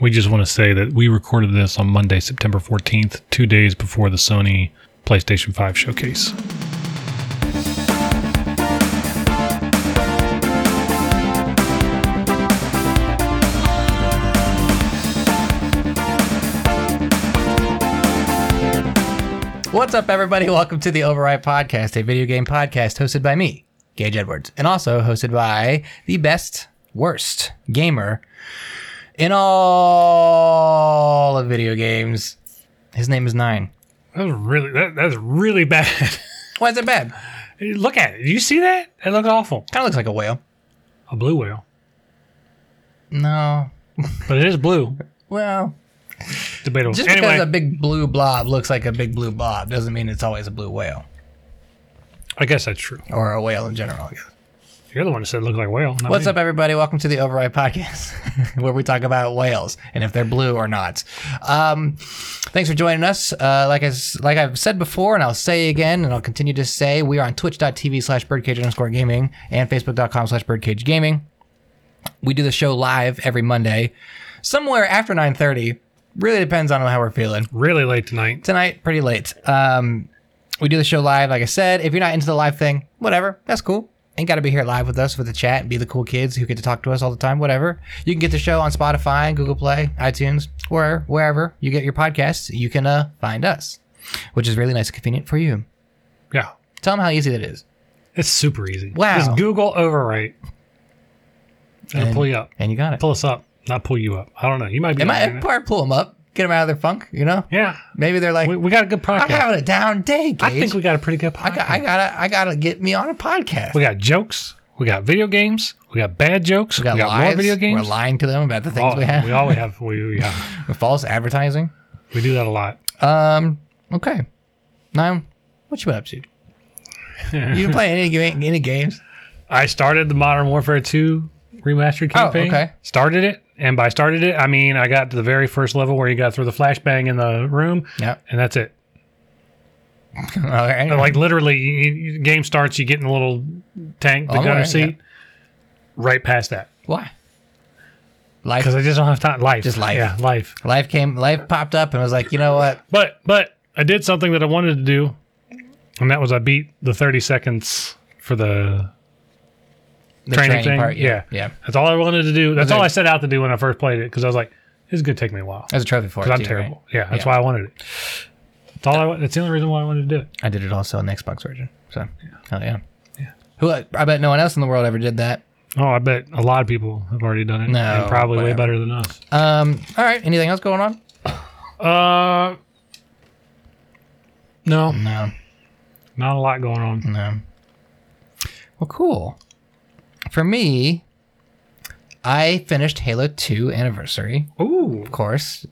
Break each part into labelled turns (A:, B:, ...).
A: we just want to say that we recorded this on Monday, September 14th, two days before the Sony PlayStation 5 showcase.
B: What's up, everybody? Welcome to the Override Podcast, a video game podcast hosted by me, Gage Edwards, and also hosted by the best, worst gamer in all of video games. His name is Nine.
A: That was really that, that's really bad.
B: Why is it bad?
A: Look at it. Do you see that? It looked awful.
B: Kind of looks like a whale.
A: A blue whale,
B: No.
A: but it is blue.
B: Well,
A: Debatable.
B: just
A: anyway,
B: because a big blue blob looks like a big blue blob doesn't mean it's always a blue whale
A: I guess that's true.
B: or a whale in general, I guess.
A: You're the one that said it looked like a whale. not
B: What's
A: me.
B: up, everybody? Welcome to the Override Podcast, where we talk about whales and if they're blue or not. Um, thanks for joining us. Uh, like I, s- like I've said before, and I'll say again, and I'll continue to say, we are on twitch.tv slash birdcage underscore gaming and facebook.com slash birdcage gaming. We do the show live every Monday, somewhere after 9.30. Really depends on how we're feeling
A: Really late tonight.
B: tonight pretty late um we do the show live like i said if you're not into the live thing whatever that's cool ain't gotta be here live with us with the chat and be the cool kids who get to talk to us all the time whatever you can get the show on spotify google play itunes where wherever you get your podcasts you can uh find us which is really nice and convenient for you
A: Yeah,
B: tell them how easy that is
A: it's super easy.
B: Wow.
A: Just Google overwrite. It'll
B: And-
A: pull you up.
B: and you got it
A: Pull us up. Not pull you up. I don't know. You might be.
B: it
A: right
B: might
A: in it.
B: part pull them up get them out of their funk you know
A: yeah.
B: maybe they're like
A: We, we got a good
B: i'm
A: podcast.
B: having a down day Gage.
A: I think we got a pretty good podcast.
B: I, got, I gotta i gotta get me on a podcast
A: we got jokes. We got video games. We got bad jokes. We got,
B: we got
A: more
B: lies.
A: video games.
B: We're lying to them about the things
A: All-
B: we have.
A: we always have. We, we, have-
B: False advertising.
A: we do that a lot.
B: Um. Okay. Now, what you been up to? You been playing any, ga- any games?
A: I started the Modern Warfare 2 remastered
B: Oh,
A: campaign.
B: okay.
A: Started it. And by started it, I mean I got to the very first level where you got through the flashbang in the room,
B: Yep.
A: and that's it.
B: All right.
A: And, like literally, you, you- you- game starts, you get in the little tank, the
B: I'm
A: gunner
B: aware,
A: seat, right past that.
B: Why? Life.
A: Because I just don't have time. Life.
B: Just life.
A: Yeah, life.
B: Life came. Life popped up and was like, you know what?
A: But but I did something that I wanted to do, and that was I beat the thirty seconds for the.
B: The
A: Training thing?
B: part. Yeah. Yeah.
A: That's all I wanted to do. That's
B: there-
A: all I set out to do when I first played it because I was like, "This is gonna take me a while."
B: As a trophy for it.
A: Because I'm
B: too, right?
A: terrible. Yeah, that's
B: Yeah.
A: why I wanted it. That's all I. wa- That's the only reason why I wanted to do it.
B: I did it also on the Xbox version. So. Oh yeah. Who? I bet no one else in the world ever did that.
A: Oh, I bet a lot of people have already done it.
B: No,
A: and probably way
B: whatever.
A: better than us.
B: Um. All right. Anything else going on?
A: Uh, no,
B: No.
A: not a lot going on.
B: No. Well, cool. For me, I finished Halo 2 Anniversary,
A: Ooh,
B: of course.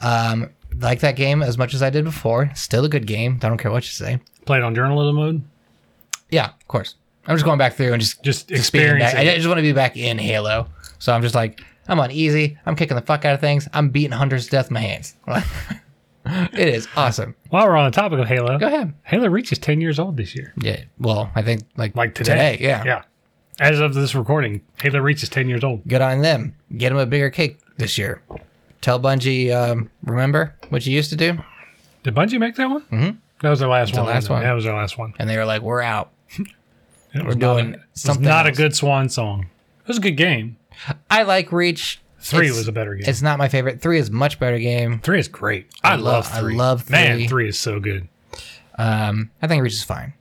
B: Um, like that game as much as I did before. Still a good game. I don't care what you say.
A: played on journalism mode.
B: Yeah, of course. I'm just going back through and just
A: Just
B: just being
A: experience.
B: back- I
A: it.
B: just want to be back in Halo. So I'm just like, I'm on easy. I'm kicking the fuck out of things. I'm beating Hunter's to death with my hands. it is awesome.
A: While we're on the topic of Halo,
B: Go ahead.
A: Halo Reach is ten years old this year.
B: Yeah. Well, I think like
A: Like today.
B: yeah.
A: Yeah. As of this recording, Halo Reach is 10 years old.
B: good on them. Get them a bigger cake this year. Tell Bungie, um, remember what you used to do?
A: Did Bungie make that one? Mm-hmm. That was their last
B: the
A: one. wasn't
B: last
A: it?
B: one.
A: That was their last one.
B: And they were like, we're out.
A: It was not
B: doing
A: a, it was
B: something
A: not a
B: else.
A: good swan song. It was a good game.
B: I like Reach.
A: Three
B: It's-
A: was a better game.
B: It's not my favorite. Three is much better game.
A: Three is great. I,
B: lo-
A: love
B: I
A: three.
B: love three.
A: Man, three is so good.
B: Um, I think Reach is fine.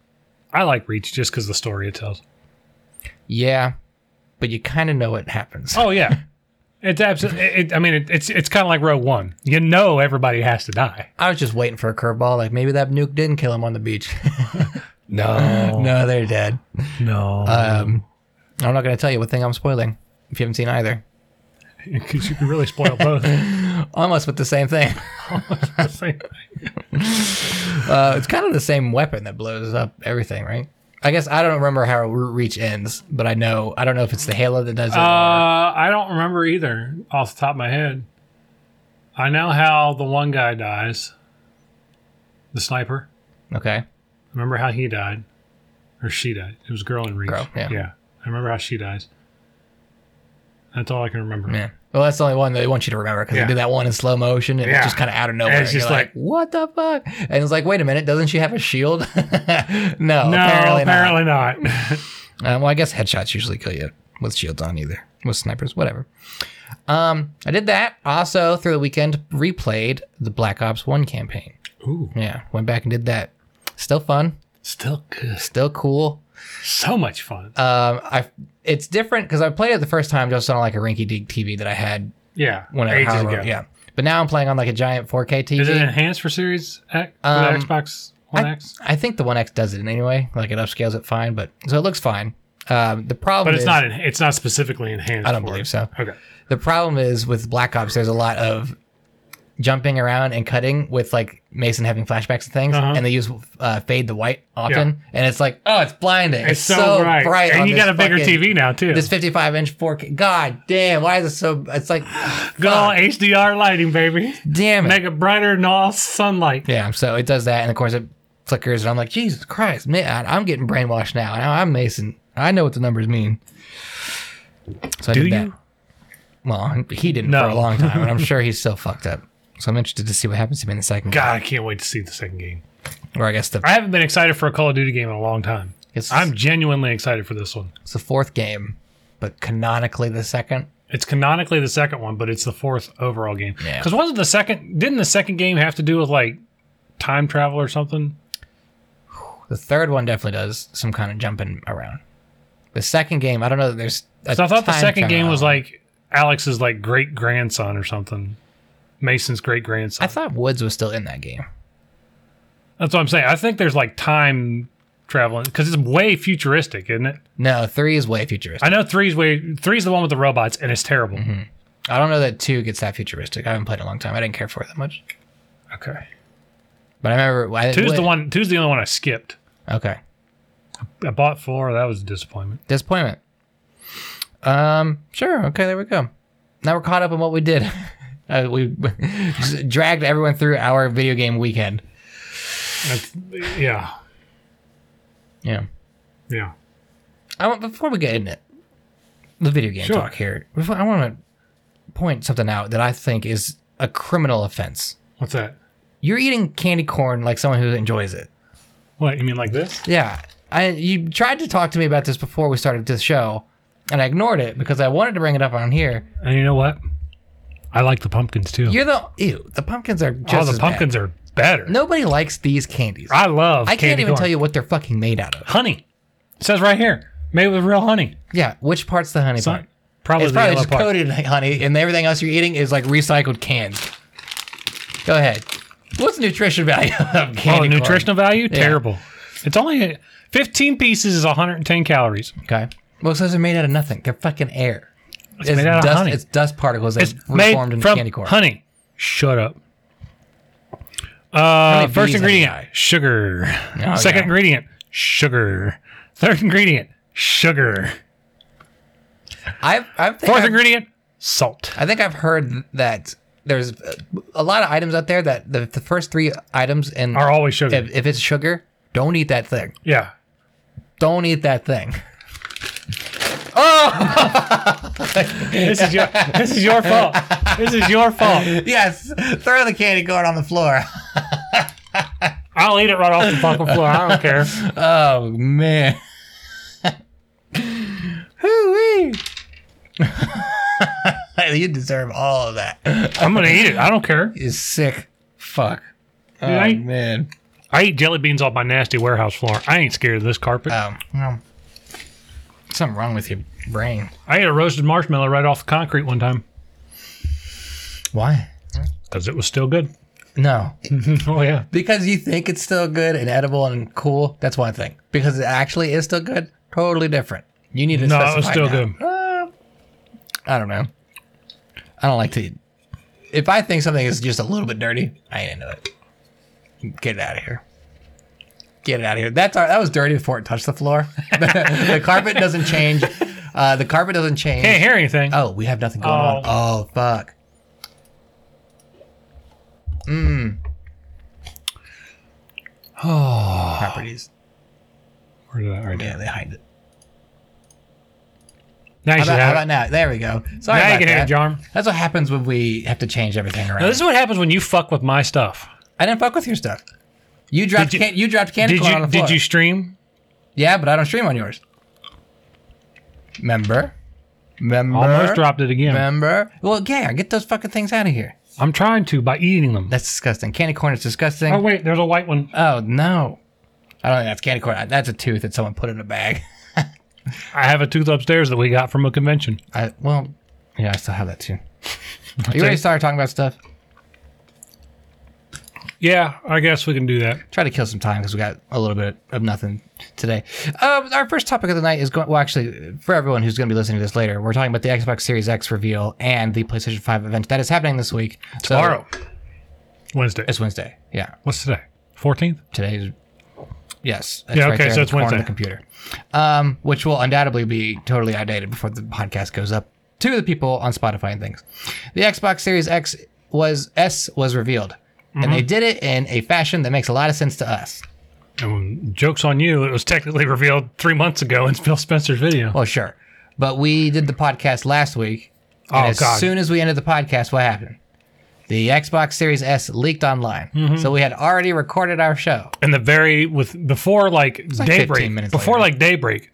A: I like Reach just because the story it tells.
B: Yeah, but you kind of know what happens.
A: Oh, yeah. it's absolutely, it, I mean, it, it's it's kind of like Row One. You know, everybody has to die.
B: I was just waiting for a curveball. Like maybe that nuke didn't kill him on the beach.
A: No.
B: no, they're dead.
A: no.
B: Um, I'm not gonna tell you what thing I'm spoiling if you haven't seen either.
A: Because you can really spoil both.
B: Almost with the same thing. Uh, it's kind of the same weapon that blows up everything, right? I guess I don't remember how Re- Reach ends, but I know I don't know if it's the Halo that does it. or-
A: Uh, I don't remember either off the top of my head. I know how the one guy dies, the sniper.
B: okay,
A: Remember how he died, or she died? It was a girl in reach.
B: Girl, yeah.
A: I remember how she dies. That's all I can remember.
B: Yeah. Well, that's the only one they want you to remember because
A: Yeah.
B: they did that one in slow motion and
A: Yeah.
B: it's just kind of out of nowhere.
A: And it's
B: You're
A: just like-
B: what the fuck? And it's like, wait a minute, doesn't she have a shield?
A: No,
B: no, apparently, not.
A: apparently not.
B: Uh, well, I guess headshots usually kill you with shields on either, with snipers, whatever. Um, I did that. Also, through the weekend, replayed the Black Ops 1 campaign.
A: Ooh,
B: Yeah, went back and did that. Still fun,
A: still good.
B: still cool.
A: So much fun.
B: Um, I It's different because I played it the first time just on like a rinky dink TV that I had
A: Yeah,
B: when I
A: ages
B: however-
A: ago.
B: uh, Yeah. But now I'm playing on like a giant 4K TV.
A: Is it enhanced for Series X, for the
B: Um,
A: Xbox One X?
B: I think the One X does it anyway. Like it upscales it fine, but so it looks fine. Um, the problem
A: But it's
B: is,
A: not. en- It's not specifically enhanced.
B: I don't
A: for
B: believe
A: it.
B: so.
A: Okay.
B: The problem is with Black Ops. There's a lot of jumping around and cutting with like Mason having flashbacks and things,
A: Uh-huh.
B: and they use uh, fade to white often, and it's like, oh, it's blinding. It's, so, bright, on
A: and you
B: this
A: got a bigger
B: fucking-
A: TV now too.
B: This 55 inch 4K. God damn, why is it so? It's like,
A: Good old HDR lighting, baby.
B: damn it.
A: Make it brighter than all sunlight.
B: Yeah, so it does that, and of course it flickers, and I'm like, Jesus Christ, man, I'm getting brainwashed now. Now I'm Mason. I know what the numbers mean. So I
A: Do
B: did that.
A: you?
B: Well, he didn't for
A: No.
B: a long time, and I'm sure he's still fucked up. So I'm interested to see what happens to him in the second.
A: God, I can't wait to see the second game.
B: game. or I guess the
A: I haven't been excited for a Call of Duty game in a long time.
B: it's,
A: I'm genuinely excited for this one.
B: it's the fourth game, but canonically the second.
A: It's canonically the second one, but it's the fourth overall game.
B: Yeah.
A: Because wasn't the second? Didn't the second game have to do with like time travel or something?
B: The third one definitely does some kind of jumping around. The second game, I don't know. that There's a
A: So I thought the
B: time
A: second game was
B: turnaround.
A: like Alex's like great grandson or something. Mason's great grandson.
B: I thought Woods was still in that game.
A: That's what I'm saying. I think there's like time traveling because it's way futuristic, isn't it?
B: No, three is way futuristic.
A: I know three's way three's the one with the robots and it's terrible.
B: Mm-hmm. I don't know that two gets that futuristic. I haven't played in a long time. I didn't care for it that much.
A: Okay.
B: But I remember I,
A: Two's the
B: wait.
A: one. Two's the only one I skipped.
B: Okay,
A: I bought four. That was a disappointment.
B: disappointment. Um, sure. Okay, there we go. Now we're caught up on what we did. uh, we just dragged everyone through our video game weekend.
A: That's, yeah.
B: Yeah.
A: Yeah.
B: I want before we get into it, the video game
A: Sure.
B: talk here. before- I want to point something out that I think is a criminal offense.
A: What's that?
B: You're eating candy corn like someone who enjoys it.
A: What you mean like this?
B: Yeah, I you tried to talk to me about this before we started this show, and I ignored it because I wanted to bring it up on here.
A: And you know what? I like the pumpkins too.
B: You're the ew. The pumpkins are just
A: oh, the
B: as bad.
A: pumpkins are better.
B: Nobody likes these candies. I,
A: I love.
B: can't
A: candy
B: even
A: corn.
B: tell you what they're fucking made out of.
A: Honey. It says right here, made with real honey.
B: Yeah, which part's the honey
A: So-
B: part?
A: probably
B: It's
A: the
B: probably
A: yellow
B: just
A: part.
B: coated in honey, and everything else you're eating is like recycled cans. Go ahead. What's the nutrition value of candy
A: Oh,
B: corn?
A: nutritional value terrible. It's only 15 pieces is 110 calories.
B: Okay. Well, it says they're made out of nothing. They're fucking air. It's,
A: made out of
B: dust,
A: honey.
B: It's dust particles that
A: It's made
B: reformed into
A: from
B: candy corn.
A: honey. Shut up.
B: many
A: Uh,
B: bees
A: first
B: have you
A: ingredient
B: got?
A: sugar.
B: Oh,
A: Second
B: yeah.
A: ingredient sugar. Third ingredient sugar.
B: I've, I've
A: Fourth
B: I've,
A: ingredient salt.
B: I think I've heard that there's uh, a lot of items out there that the, the first three items and
A: Are always sugar.
B: if, if it's sugar, don't eat that thing.
A: yeah.
B: Don't eat that thing.
A: This is your this is your fault. This is your fault.
B: Yes, throw the candy corn on the floor.
A: I'll eat it right off the fucking floor. I don't care.
B: Oh man. Hoo-wee. you deserve all of that.
A: I'm gonna eat it. I don't care.
B: Is sick. Fuck. Oh
A: I-
B: man.
A: I eat jelly beans off my nasty warehouse floor. I ain't scared of this carpet.
B: Um, well, something wrong with your brain.
A: I ate a roasted marshmallow right off the concrete one time
B: Why?
A: because it was still good.
B: No,
A: oh yeah.
B: Because you think it's still good and edible and cool, that's one thing. Because it actually is still good, totally different. You need to
A: No,
B: specify
A: it was still
B: now.
A: good.
B: I don't know. I don't like to. If I think something is just a little bit dirty, I ain't into it. Get it out of here. Get it out of here. That's our, that was dirty before it touched the floor. the carpet doesn't change. Uh, the carpet doesn't change.
A: Can't hear anything.
B: Oh, we have nothing going on. Oh, fuck. Hmm. Mmm. Oh. Properties.
A: Where did that? Right there.
B: Yeah, they hide it.
A: Now you
B: How
A: should
B: about, how
A: have it.
B: about now? There we go. Sorry
A: now you
B: about
A: can
B: that.
A: have it, Jarm.
B: That's what happens when we have to change everything around.
A: Now, this is what happens when you fuck with my stuff.
B: I didn't fuck with your stuff. You dropped
A: you-
B: can- you dropped candy
A: did
B: corn on
A: you
B: the floor.
A: did you stream?
B: Yeah, but I don't stream on yours. Remember? Remember?
A: Almost dropped it again.
B: Remember? Well, yeah, get those fucking things out of here.
A: I'm trying to by eating them.
B: That's disgusting. Candy corn is disgusting.
A: Oh
B: Oh,
A: wait, there's a white one.
B: no. I don't think that's candy corn. That's a tooth that someone put in a bag.
A: I have a tooth upstairs that we got from a convention.
B: I well, yeah, I still have that too. you already started talking about stuff.
A: Yeah, I guess we can do that.
B: Try to kill some time because we got a little bit of nothing today. Um, our first topic of the night is going. Well, actually, for everyone who's going to be listening to this later, we're talking about the Xbox Series X reveal and the PlayStation Five event that is happening this week. So-
A: Tomorrow, Wednesday.
B: It's Wednesday. Yeah.
A: What's today? Fourteenth.
B: Today's. Yes. that's
A: Yeah, okay,
B: there
A: so
B: in
A: it's
B: the corner of
A: Wednesday.
B: The computer, um, which will undoubtedly be totally outdated before the podcast goes up to the people on Spotify and things. The Xbox Series X was S was revealed, and
A: Mm-hmm.
B: they did it in a fashion that makes a lot of sense to us.
A: And jokes on you. It was technically revealed three months ago in Phil Spencer's video.
B: Well, Oh, sure, but we did the podcast last week, and
A: Oh,
B: as
A: God.
B: soon as we ended the podcast, what happened? The Xbox Series S leaked online,
A: Mm-hmm.
B: so we had already recorded our show.
A: and the very with before like,
B: like 15
A: daybreak
B: minutes
A: before
B: later.
A: like daybreak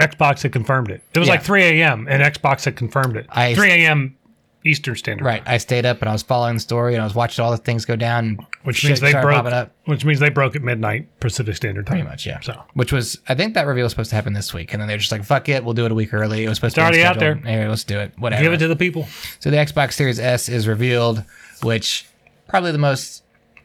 A: xbox had confirmed it it was
B: Yeah.
A: like 3 a.m and xbox had confirmed it
B: I-
A: 3 a.m eastern standard
B: Right. I stayed up and I was following the story and I was watching all the things go down. and
A: which
B: shit
A: means they
B: started
A: broke
B: popping up.
A: which means they broke at midnight pacific standard time
B: Pretty much, yeah.
A: so
B: Which was, I think that reveal was supposed to happen this week, and then they're just like, "Fuck it, we'll do it a week early." It was supposed to
A: already
B: be
A: out
B: scheduled. Anyway, let's do it. Whatever.
A: give it to the people
B: so the Xbox Series S is revealed, which probably the most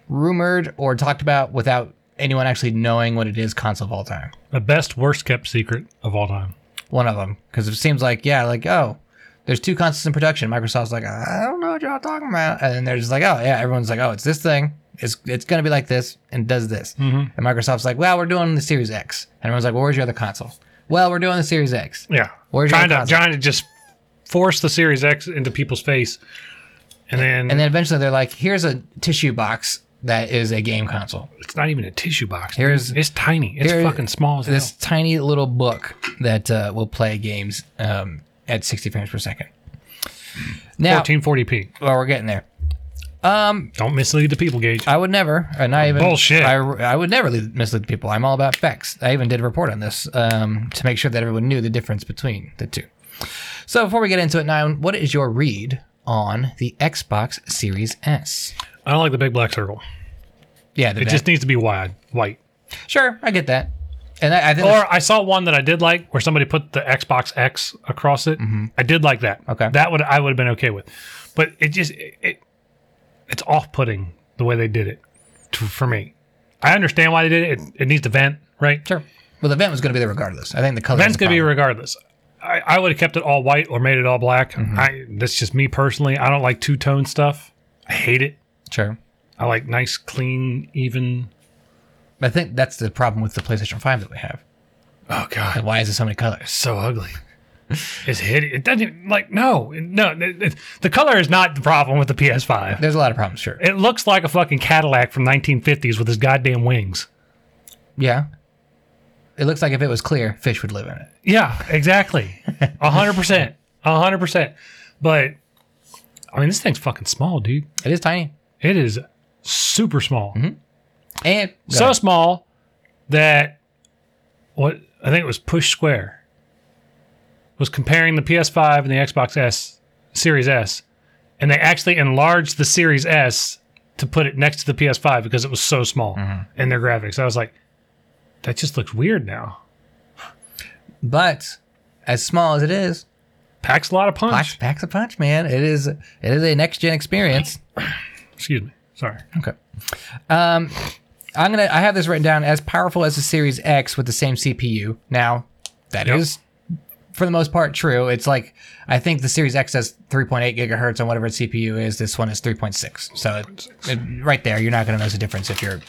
B: rumored or talked about without anyone actually knowing what it is console of all time.
A: the best worst kept secret of all time
B: One of them, because it seems like yeah, like oh, there's two consoles in production. Microsoft's like, I don't know what y'all talking about, and then they're just like, oh yeah, everyone's like, oh, it's this thing. It's it's gonna be like this and does this.
A: Mhm.
B: And Microsoft's like, well, we're doing the Series X, and everyone's like, well, where's your other console? Well, we're doing the Series X.
A: yeah
B: Where's your
A: trying to
B: console?
A: trying to just force the series x into people's face and then,
B: And then eventually they're like, here's a tissue box that is a game console.
A: it's not even a tissue box dude.
B: Here's-
A: it's tiny it's
B: here-
A: fucking small as
B: This
A: hell.
B: tiny little book that uh, will play games um, at 60 frames per second. Now,
A: 1440p
B: well, we're getting there. Um,
A: don't mislead the people gauge
B: I would never, and I even
A: Bullshit.
B: I, I would never lead- mislead people. I'm all about facts. I even did a report on this um, to make sure that everyone knew the difference between the two. So before we get into it, now, what is your read on the Xbox Series S?
A: i don't like the big black circle
B: Yeah, the
A: It
B: back-
A: just needs to be wide, white.
B: Sure, I get that. And I, I think
A: Or I saw one that I did like where somebody put the Xbox X across it. I did like that.
B: Okay.
A: That would I would have been okay with. But it just it, it- it's off-putting the way they did it to, for me. I understand why they did it. It, it needs to vent, right?
B: sure. Well, the vent was going to be there regardless. I think the color.
A: Vent's going to be regardless. I, I would have kept it all white or made it all black. I that's just me personally. I don't like two-tone stuff. I hate it.
B: be sure.
A: I like nice, clean, even.
B: I think that's the problem with the PlayStation Five that we have.
A: Oh god.
B: Why is there so many colors?
A: so ugly. It's hideous. It doesn't like no, no. it- it- the color is not the problem with the PS5.
B: There's a lot of problems. Sure.
A: It looks like a fucking Cadillac from 1950s with his goddamn wings.
B: Yeah. It looks like if it was clear, fish would live in it.
A: Yeah, exactly. A hundred percent, A hundred percent. But I mean, this thing's fucking small, dude.
B: It is tiny.
A: It is super small.
B: And
A: So small that what I think it was Push Square was comparing the PS5 and the Xbox S Series S, and they actually enlarged the Series S to put it next to the PS5 because it was so small in their graphics. I was like, that just looks weird now.
B: but as small as it is,
A: Packs a lot of punch.
B: packs, packs a punch, man. It is it is a next gen experience.
A: Excuse me. Sorry.
B: Okay. Um, I'm gonna. I have this written down as powerful as the Series X with the same CPU. Now, that is
A: Yep.
B: for the most part true. It's like I think the Series X has 3.8 gigahertz on whatever its CPU is. This one is 3.6. So it, it, right there, you're not gonna notice a difference if you're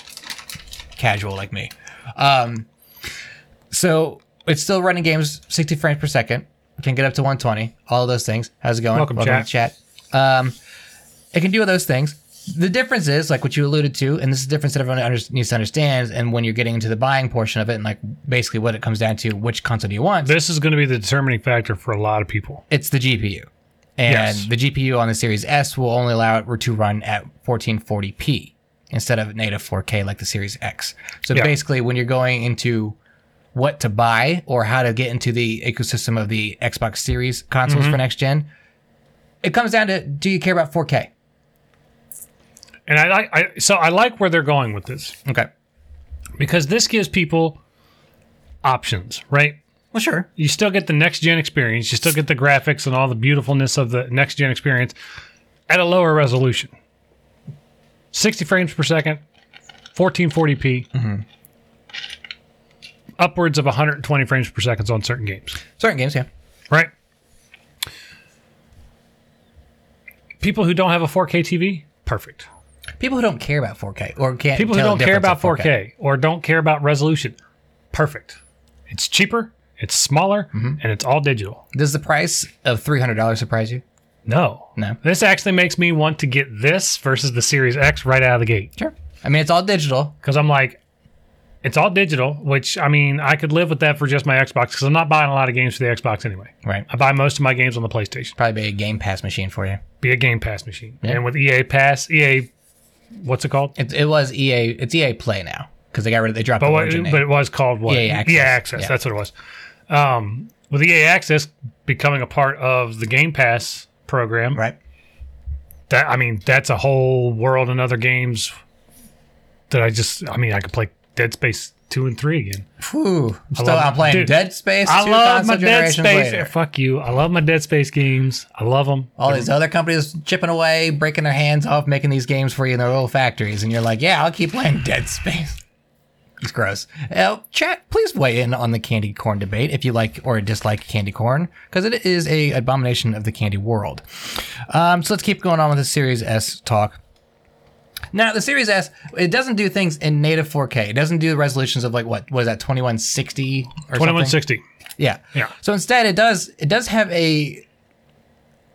B: casual like me. Um, so it's still running games 60 frames per second. Can get up to 120. All of those things. How's it going?
A: Welcome,
B: to the chat. Um, it can do all those things. the difference is like what you alluded to, and this is the difference that everyone under- needs to understand. And when you're getting into the buying portion of it, and like basically what it comes down to, which console do you want?
A: This is going to be the determining factor for a lot of people.
B: it's the GPU, and
A: Yes.
B: the GPU on the Series S will only allow it to run at 1440p instead of native 4K like the Series X. So
A: Yeah.
B: basically, when you're going into what to buy or how to get into the ecosystem of the Xbox Series consoles
A: Mm-hmm.
B: for next gen, it comes down to do you care about 4K?
A: And I like I so I like where they're going with this
B: Okay.
A: because this gives people options, right?
B: Well, sure.
A: you still get the next gen experience. You still get the graphics and all the beautifulness of the next gen experience at a lower resolution 60 frames per second, 1440p, Mm-hmm. upwards of 120 frames per second on certain games,
B: Certain games, yeah.
A: right? People who don't have a 4K TV, perfect.
B: People who don't care about 4K or can't.
A: People who
B: tell the
A: don't care about
B: difference of
A: 4K. or don't care about resolution, perfect. It's cheaper, it's smaller,
B: Mm-hmm.
A: and it's all digital.
B: Does the price of three hundred dollars surprise you?
A: No.
B: No.
A: This actually makes me want to get this versus the Series X right out of the gate.
B: Sure. I mean, it's all digital.
A: Because I'm like, it's all digital, which I mean, I could live with that for just my Xbox because I'm not buying a lot of games for the Xbox anyway.
B: Right.
A: I buy most of my games on the PlayStation.
B: Probably be a Game Pass machine for you.
A: Be a Game Pass machine.
B: Yeah.
A: And with EA Pass, EA, what's it called?
B: It, it was EA. It's EA Play now because they got rid of they dropped
A: But,
B: the
A: what,
B: origin
A: but
B: name.
A: it was called what? E
B: EA Access. Yeah.
A: That's what it was. Um, with EA Access becoming a part of the Game Pass program,
B: Right.
A: that I mean, that's a whole world and other games that I just I mean, I could play Dead Space two and three again.
B: Whew. I'm still
A: love-
B: I'm playing
A: dude,
B: Dead Space.
A: I
B: two
A: love
B: console
A: my Dead
B: generations
A: Space.
B: later.
A: Fuck you. I love my Dead Space games. I love them.
B: All these other companies chipping away, breaking their hands off, making these games for you in their little factories, and you're like, yeah, I'll keep playing Dead Space. It's gross. Uh, chat, please weigh in on the candy corn debate if you like or dislike candy corn, because it is a abomination of the candy world. Um, so let's keep going on with the Series S talk. Now the Series S, it doesn't do things in native 4K. It doesn't do resolutions of like what was that 2160 or
A: Twenty one
B: something?
A: sixty.
B: Yeah.
A: Yeah.
B: So instead, it does it does have a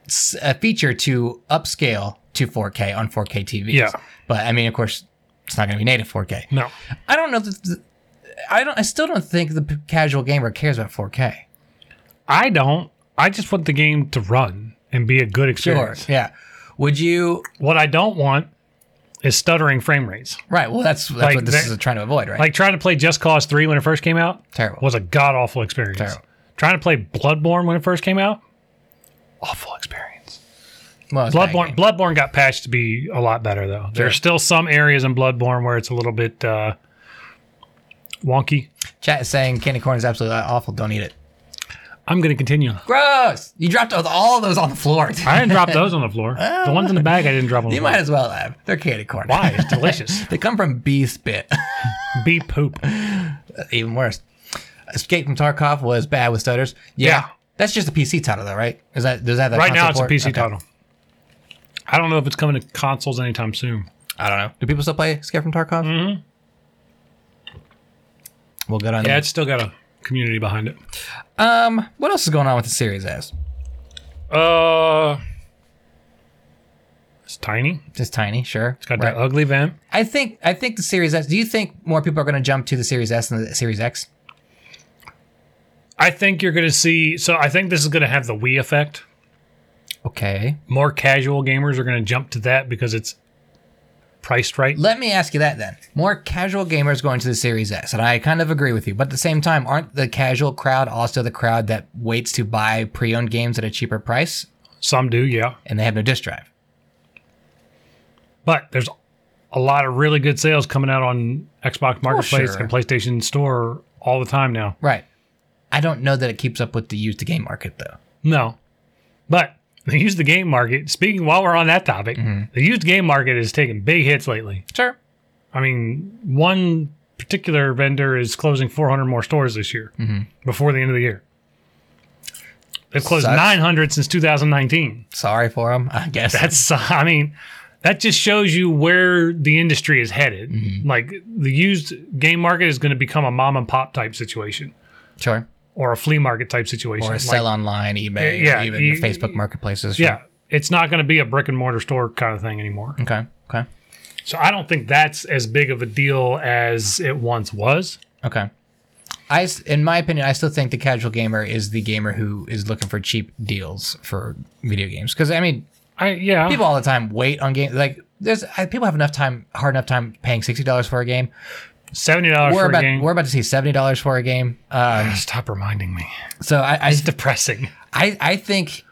B: s- a feature to upscale to 4K on 4K TVs.
A: Yeah.
B: But I mean, of course, it's not going to be native 4K.
A: No.
B: I don't know. That th- I don't. I still don't think the p- casual gamer cares about 4K.
A: I don't. I just want the game to run and be a good experience.
B: Yeah. Would you?
A: What I don't want is stuttering frame rates.
B: Right. Well, that's that's
A: Like
B: what this
A: that-
B: is trying to avoid, right?
A: Like trying to play Just Cause 3 when it first came out
B: Terrible.
A: was a god awful experience.
B: Terrible.
A: Trying to play Bloodborne when it first came out, awful experience.
B: well, it's a bad
A: Bloodborne
B: game.
A: Bloodborne got patched to be a lot better though. There's still some areas in Bloodborne where it's a little bit uh, wonky.
B: Chat is saying candy corn is absolutely awful. Don't eat it.
A: I'm going to continue.
B: Gross. You dropped all of those on the floor.
A: I didn't drop those on the floor. the ones in the bag I didn't drop on the
B: you
A: floor.
B: might as well have. They're candy corn.
A: Why? It's delicious.
B: They come from bee spit.
A: Bee poop.
B: even worse. Escape from Tarkov was bad with stutters. Yeah.
A: Yeah.
B: That's just a PC title, though, right? Is that does that have that
A: Right now it's
B: console
A: a
B: port?
A: PC
B: Okay.
A: title. I don't know if it's coming to consoles anytime soon.
B: I don't know. Do people still play Escape from Tarkov? Mm-hmm. Well, good on
A: Yeah,
B: that.
A: it's still got a community behind it.
B: Um, what else is going on with the Series S?
A: Uh It's tiny.
B: It's tiny, sure.
A: It's got
B: Right.
A: that ugly vent.
B: I think I think the Series S. Do you think more people are going to jump to the Series S than the Series X?
A: I think you're going to see so I think this is going to have the Wii effect.
B: Okay.
A: more casual gamers are going to jump to that because it's priced right.
B: Let me ask you that then. More casual gamers going to the Series S, and I kind of agree with you. But at the same time, aren't the casual crowd also the crowd that waits to buy pre-owned games at a cheaper price?
A: Some do, yeah.
B: and they have no disk drive.
A: But there's a lot of really good sales coming out on Xbox Marketplace
B: sure.
A: and PlayStation Store all the time now.
B: Right. I don't know that it keeps up with the used to game market though.
A: No. But the used game market, speaking while we're on that topic,
B: Mm-hmm.
A: the used game market is taking big hits lately.
B: Sure.
A: I mean, one particular vendor is closing 400 more stores this year
B: Mm-hmm.
A: before the end of the year. They've closed
B: Sucks.
A: 900 since 2019.
B: Sorry for them, I guess.
A: that's i mean that just shows you where the industry is headed
B: Mm-hmm.
A: like the used game market is going to become a mom and pop type situation
B: sure.
A: or a flea market type situation
B: Or
A: Like,
B: sell online, eBay,
A: Yeah,
B: or even
A: you-
B: Facebook marketplaces. Sure.
A: yeah it's not going to be a brick and mortar store kind of thing anymore.
B: Okay. Okay.
A: So I don't think that's as big of a deal as it once was.
B: Okay. I, s- in my opinion, I still think the casual gamer is the gamer who is looking for cheap deals for video games. Because I mean,
A: I yeah.
B: people all the time wait on games. Like, there's I, people have enough time, hard enough time paying sixty dollars for a game.
A: Seventy dollars
B: We're
A: for
B: about
A: a game.
B: we're about to see seventy dollars for a game. Um,
A: Stop reminding me.
B: so I, I
A: It's depressing.
B: I, I think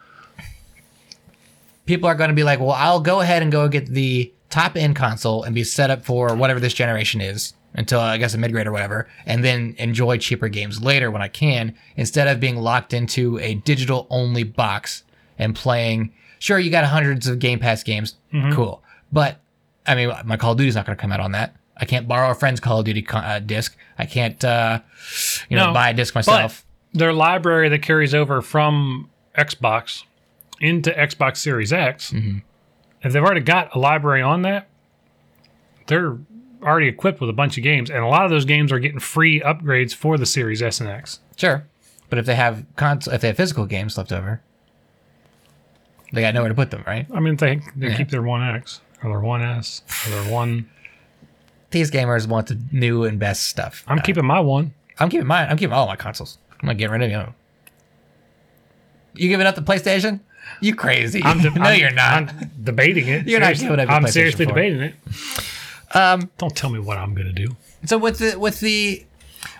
B: people are going to be like, well, I'll go ahead and go get the top end console and be set up for whatever this generation is until I guess a mid grade or whatever, and then enjoy cheaper games later when I can instead of being locked into a digital only box and playing. Sure, you got hundreds of Game Pass games,
A: Mm-hmm.
B: cool, but I mean, my Call of Duty's not going to come out on that. I can't borrow a friend's Call of Duty co- uh, disc. I can't, uh, you know,
A: No,
B: buy a disc
A: But
B: myself.
A: their library that carries over from Xbox into Xbox Series X,
B: Mm-hmm.
A: if they've already got a library on that, they're already equipped with a bunch of games, and a lot of those games are getting free upgrades for the Series S and X.
B: Sure, but if they have cons- if they have physical games left over, they got nowhere to put them, right?
A: I mean, they they
B: Yeah.
A: keep their One X or their One S or their One.
B: These gamers want the new and best stuff.
A: I'm
B: Uh,
A: keeping my one.
B: I'm keeping mine. I'm keeping all my consoles. I'm not getting rid of them. You giving up the PlayStation? You crazy?
A: I'm de-
B: no,
A: I'm-
B: you're not.
A: I'm debating it.
B: You're not
A: Seriously.
B: giving up your
A: I'm
B: PlayStation
A: seriously
B: 4.
A: debating it. Um, Don't tell me what I'm gonna do.
B: so with the with the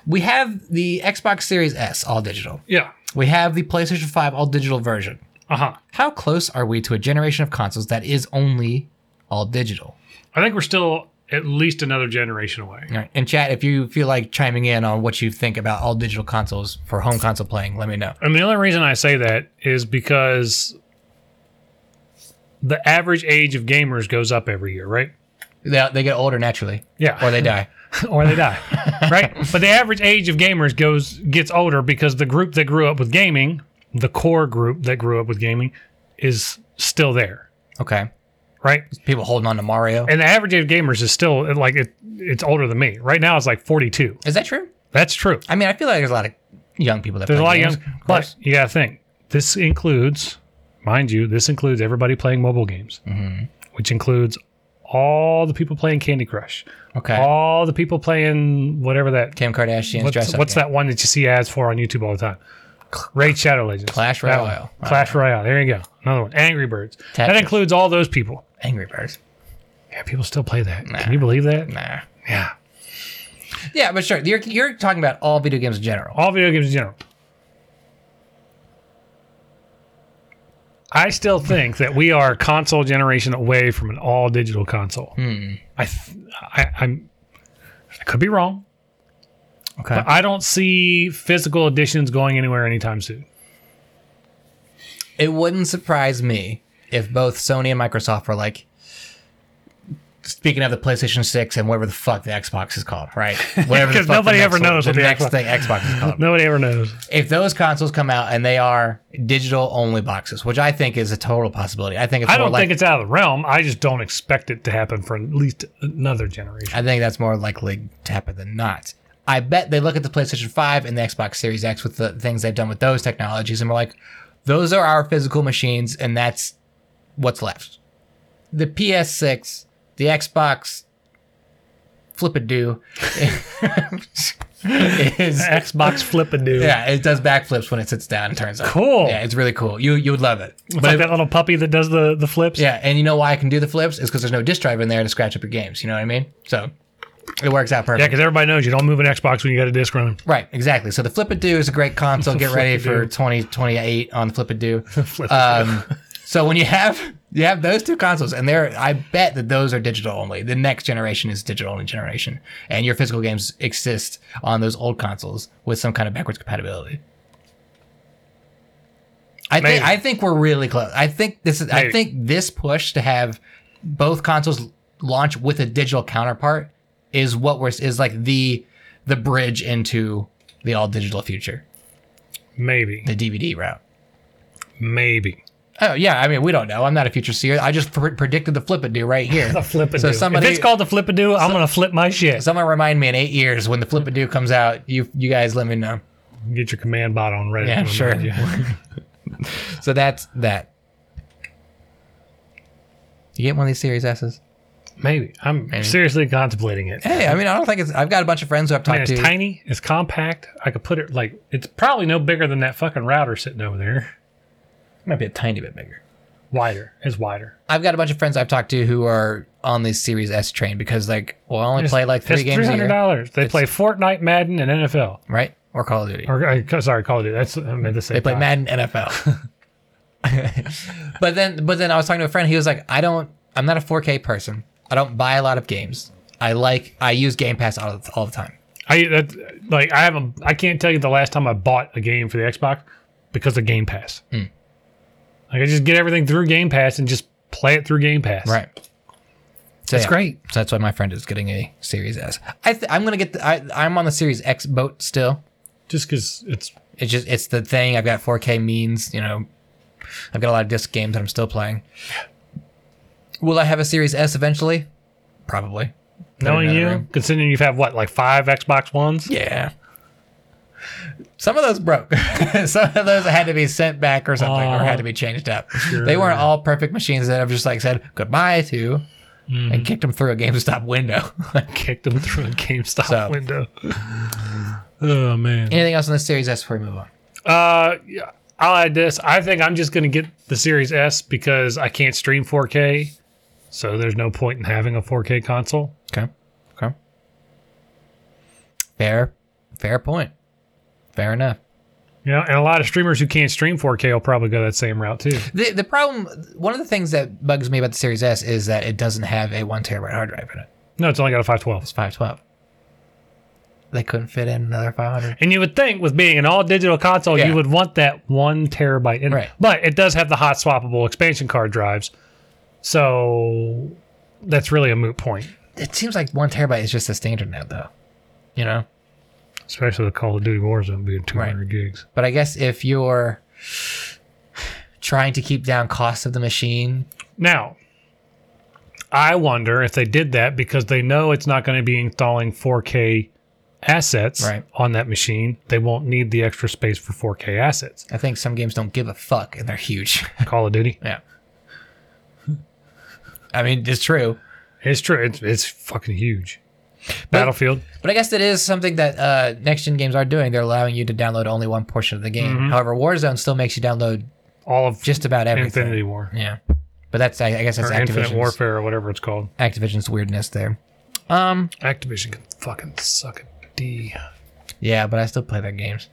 B: we have the Xbox Series S all digital.
A: Yeah.
B: We have the PlayStation 5 all digital version.
A: Uh huh.
B: How close are we to a generation of consoles that is only all digital?
A: I think we're still at least another generation away.
B: All right. And chat, if you feel like chiming in on what you think about all digital consoles for home console playing, let me know.
A: And the only reason I say that is because the average age of gamers goes up every year, right?
B: They, they get older naturally,
A: Yeah.
B: or they die.
A: or they die, right? But the average age of gamers goes gets older because the group that grew up with gaming, the core group that grew up with gaming, is still there,
B: Okay.
A: right?
B: People holding on to Mario.
A: And the average age of gamers is still like it, it's older than me. Right now, it's like forty two.
B: Is that true?
A: That's true.
B: I mean, I feel like there's a lot of young people that
A: There's a lot
B: play
A: of
B: games,
A: young,
B: of
A: but
B: course.
A: you got to think. This includes, mind you, this includes everybody playing mobile games,
B: Mm-hmm.
A: which includes all the people playing Candy Crush,
B: okay.
A: all the people playing whatever that.
B: Kim Kardashian's dress
A: What's,
B: up.
A: what's
B: game.
A: that one that you see ads for on YouTube all the time? Raid Shadow Legends,
B: Clash
A: That
B: Royale.
A: one. Clash Royale. There you go. Another one. Angry Birds. That
B: Tetris.
A: includes all those people.
B: Angry Birds.
A: Yeah, people still play that. Can you believe that?
B: Nah.
A: Yeah.
B: Yeah, but sure. You're, you're talking about all video games in general.
A: all video games in general. I still think that we are a console generation away from an all digital console.
B: Hmm.
A: I, th- I, I'm, I could be wrong,
B: Okay.
A: but I don't see physical editions going anywhere anytime soon.
B: It wouldn't surprise me if both Sony and Microsoft were like, speaking of the PlayStation 6 and whatever the fuck the Xbox is called, right? Whatever the
A: 'Cause
B: fuck the
A: nobody
B: next
A: ever
B: one-
A: knows
B: the
A: what the
B: next
A: Xbox-
B: thing Xbox is called.
A: Nobody ever knows.
B: if those consoles come out and they are digital only boxes, which I think is a total possibility, I think it's
A: I
B: more
A: don't
B: like
A: think it's out of the realm. I just don't expect it to happen for at least another generation.
B: I think that's more likely to happen than not. I bet they look at the PlayStation 5 and the Xbox Series X with the things they've done with those technologies and we're like, those are our physical machines and that's what's left. The PS6, the Xbox flip a do is
A: Xbox flip a dude.
B: yeah, it does backflips when it sits down and turns up.
A: Cool.
B: Yeah, it's really cool. You you would love it.
A: It's
B: But
A: like
B: if-
A: that little puppy that does the, the flips.
B: Yeah, and you know why I can do the flips is because there's no disk drive in there to scratch up your games. You know what I mean? So it works out
A: Yeah,
B: perfect.
A: because everybody knows you don't move an Xbox when you got a disc running.
B: Right, exactly. So the Flip It Do is a great console. Get ready for
A: Flip-A-Doo.
B: 2028 on the Flip It Do. um, so when you have you have those two consoles, and they're I bet that those are digital only. The next generation is digital only generation, and your physical games exist on those old consoles with some kind of backwards compatibility. I
A: Maybe.
B: think I think we're really close. I think this is I
A: Maybe.
B: think this push to have both consoles launch with a digital counterpart is what we're is like the the bridge into the all digital future,
A: Maybe.
B: the DVD route.
A: Maybe.
B: Oh yeah, I mean we don't know. I'm not a future seer. I just pr- predicted the flip it do right here.
A: The flippadoo.
B: So somebody-
A: if it's called the flippadoo, I'm gonna flip my shit.
B: Someone remind me in eight years when the flip it do comes out. You you guys let me know.
A: Get your command bot on Reddit.
B: Yeah,
A: to remind
B: sure.
A: you.
B: So that's that. You get one of these Series S's.
A: Maybe I'm seriously contemplating it.
B: Hey, I mean, I don't think it's. I've got a bunch of friends who I've
A: I mean,
B: talked
A: it's
B: to.
A: tiny, it's compact. I could put it like it's probably no bigger than that fucking router sitting over there.
B: Might be a tiny bit bigger.
A: Wider, it's wider.
B: I've got a bunch of friends I've talked to who are on this Series S train because, like, well, I only play like three
A: it's
B: games a
A: hundred
B: year,
A: dollars. They play Fortnite, Madden, and NFL.
B: right? Or Call of Duty.
A: Or uh, sorry, Call of Duty. That's I meant to say.
B: They play Madden NFL. but then but then I was talking to a friend, he was like, I don't I'm not a 4K person. I don't buy a lot of games. I like I use Game Pass all, all the time.
A: I that, like I haven't. I can't tell you the last time I bought a game for the Xbox because of Game Pass.
B: Hmm.
A: Like I just get everything through Game Pass and just play it through Game Pass.
B: Right. So,
A: That's great.
B: So that's why my friend is getting a Series S. I th- I'm gonna get. The, I, I'm on the Series X boat still.
A: Just because it's
B: It's just it's the thing. I've got 4K means. You know, I've got a lot of disc games that I'm still playing. Will I have a Series S eventually? Probably.
A: knowing
B: another
A: you,
B: room.
A: considering you've had what like five Xbox Ones.
B: Yeah. Some of those broke. Some of those had to be sent back or something, or had to be changed up. They weren't all perfect machines that I've just like said goodbye to,
A: Hmm.
B: and kicked them through a GameStop window.
A: kicked them through a GameStop
B: So-
A: window. oh man.
B: Anything else on the Series S before we move on?
A: Uh, yeah, I'll add this. I think I'm just gonna get the Series S because I can't stream 4K, so there's no point in having a 4K console.
B: Okay. Okay. Fair. Fair point. Fair enough.
A: You know, and a lot of streamers who can't stream 4K will probably go that same route too.
B: The the problem one of the things that bugs me about the Series S is that it doesn't have a one terabyte hard drive in it.
A: No, it's only got a 512.
B: It's five twelve. They couldn't fit in another five hundred.
A: And you would think with being an all digital console,
B: Yeah.
A: you would want that one terabyte. In,
B: Right.
A: But it does have the hot swappable expansion card drives. So that's really a moot point,
B: It seems like one terabyte is just the standard now though. You know?
A: especially with Call of Duty Warzone being 200 gigs.
B: But I guess if you're trying to keep down cost of the machine,
A: Now, I wonder if they did that because they know it's not going to be installing 4K assets
B: Right.
A: on that machine. They won't need the extra space for 4K assets.
B: I think some games don't give a fuck and they're huge.
A: Call of Duty.
B: yeah. I mean, it's true.
A: It's true. It's, it's fucking huge. Battlefield.
B: But I guess that is something that uh, next gen games are doing. They're allowing you to download only one portion of the game.
A: Mm-hmm.
B: However, Warzone still makes you download
A: All of
B: just about everything.
A: Infinity War.
B: Yeah, but that's I, I guess that's
A: Or Infinite
B: Activision's,
A: Warfare or whatever it's called.
B: Activision's weirdness there. Um,
A: Activision can fucking suck a D.
B: yeah, but I still play their games.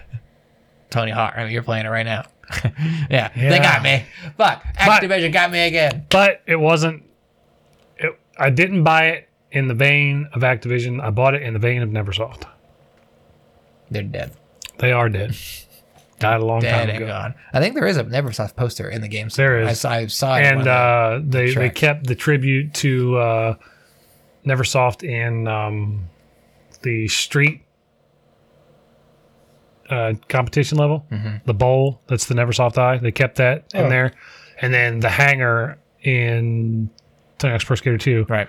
B: Tony Hawk, I mean, you're playing it right now. yeah, they
A: Yeah.
B: got me. Fuck, Activision got me again.
A: But it wasn't. It, I didn't buy it in the vein of Activision. I bought it in the vein of Neversoft.
B: They're dead,
A: They are dead. Died a long
B: dead
A: time
B: and
A: ago.
B: gone. I think there is a Neversoft poster in the game.
A: There is.
B: I saw, I saw it.
A: and
B: when I-
A: uh, they they
B: tracks.
A: kept the tribute to uh, NeverSoft in um, the street uh, competition level, the bowl. That's the NeverSoft eye. They kept that
B: Oh.
A: in there, and then the hanger in Tony Pro Skater Two.
B: right,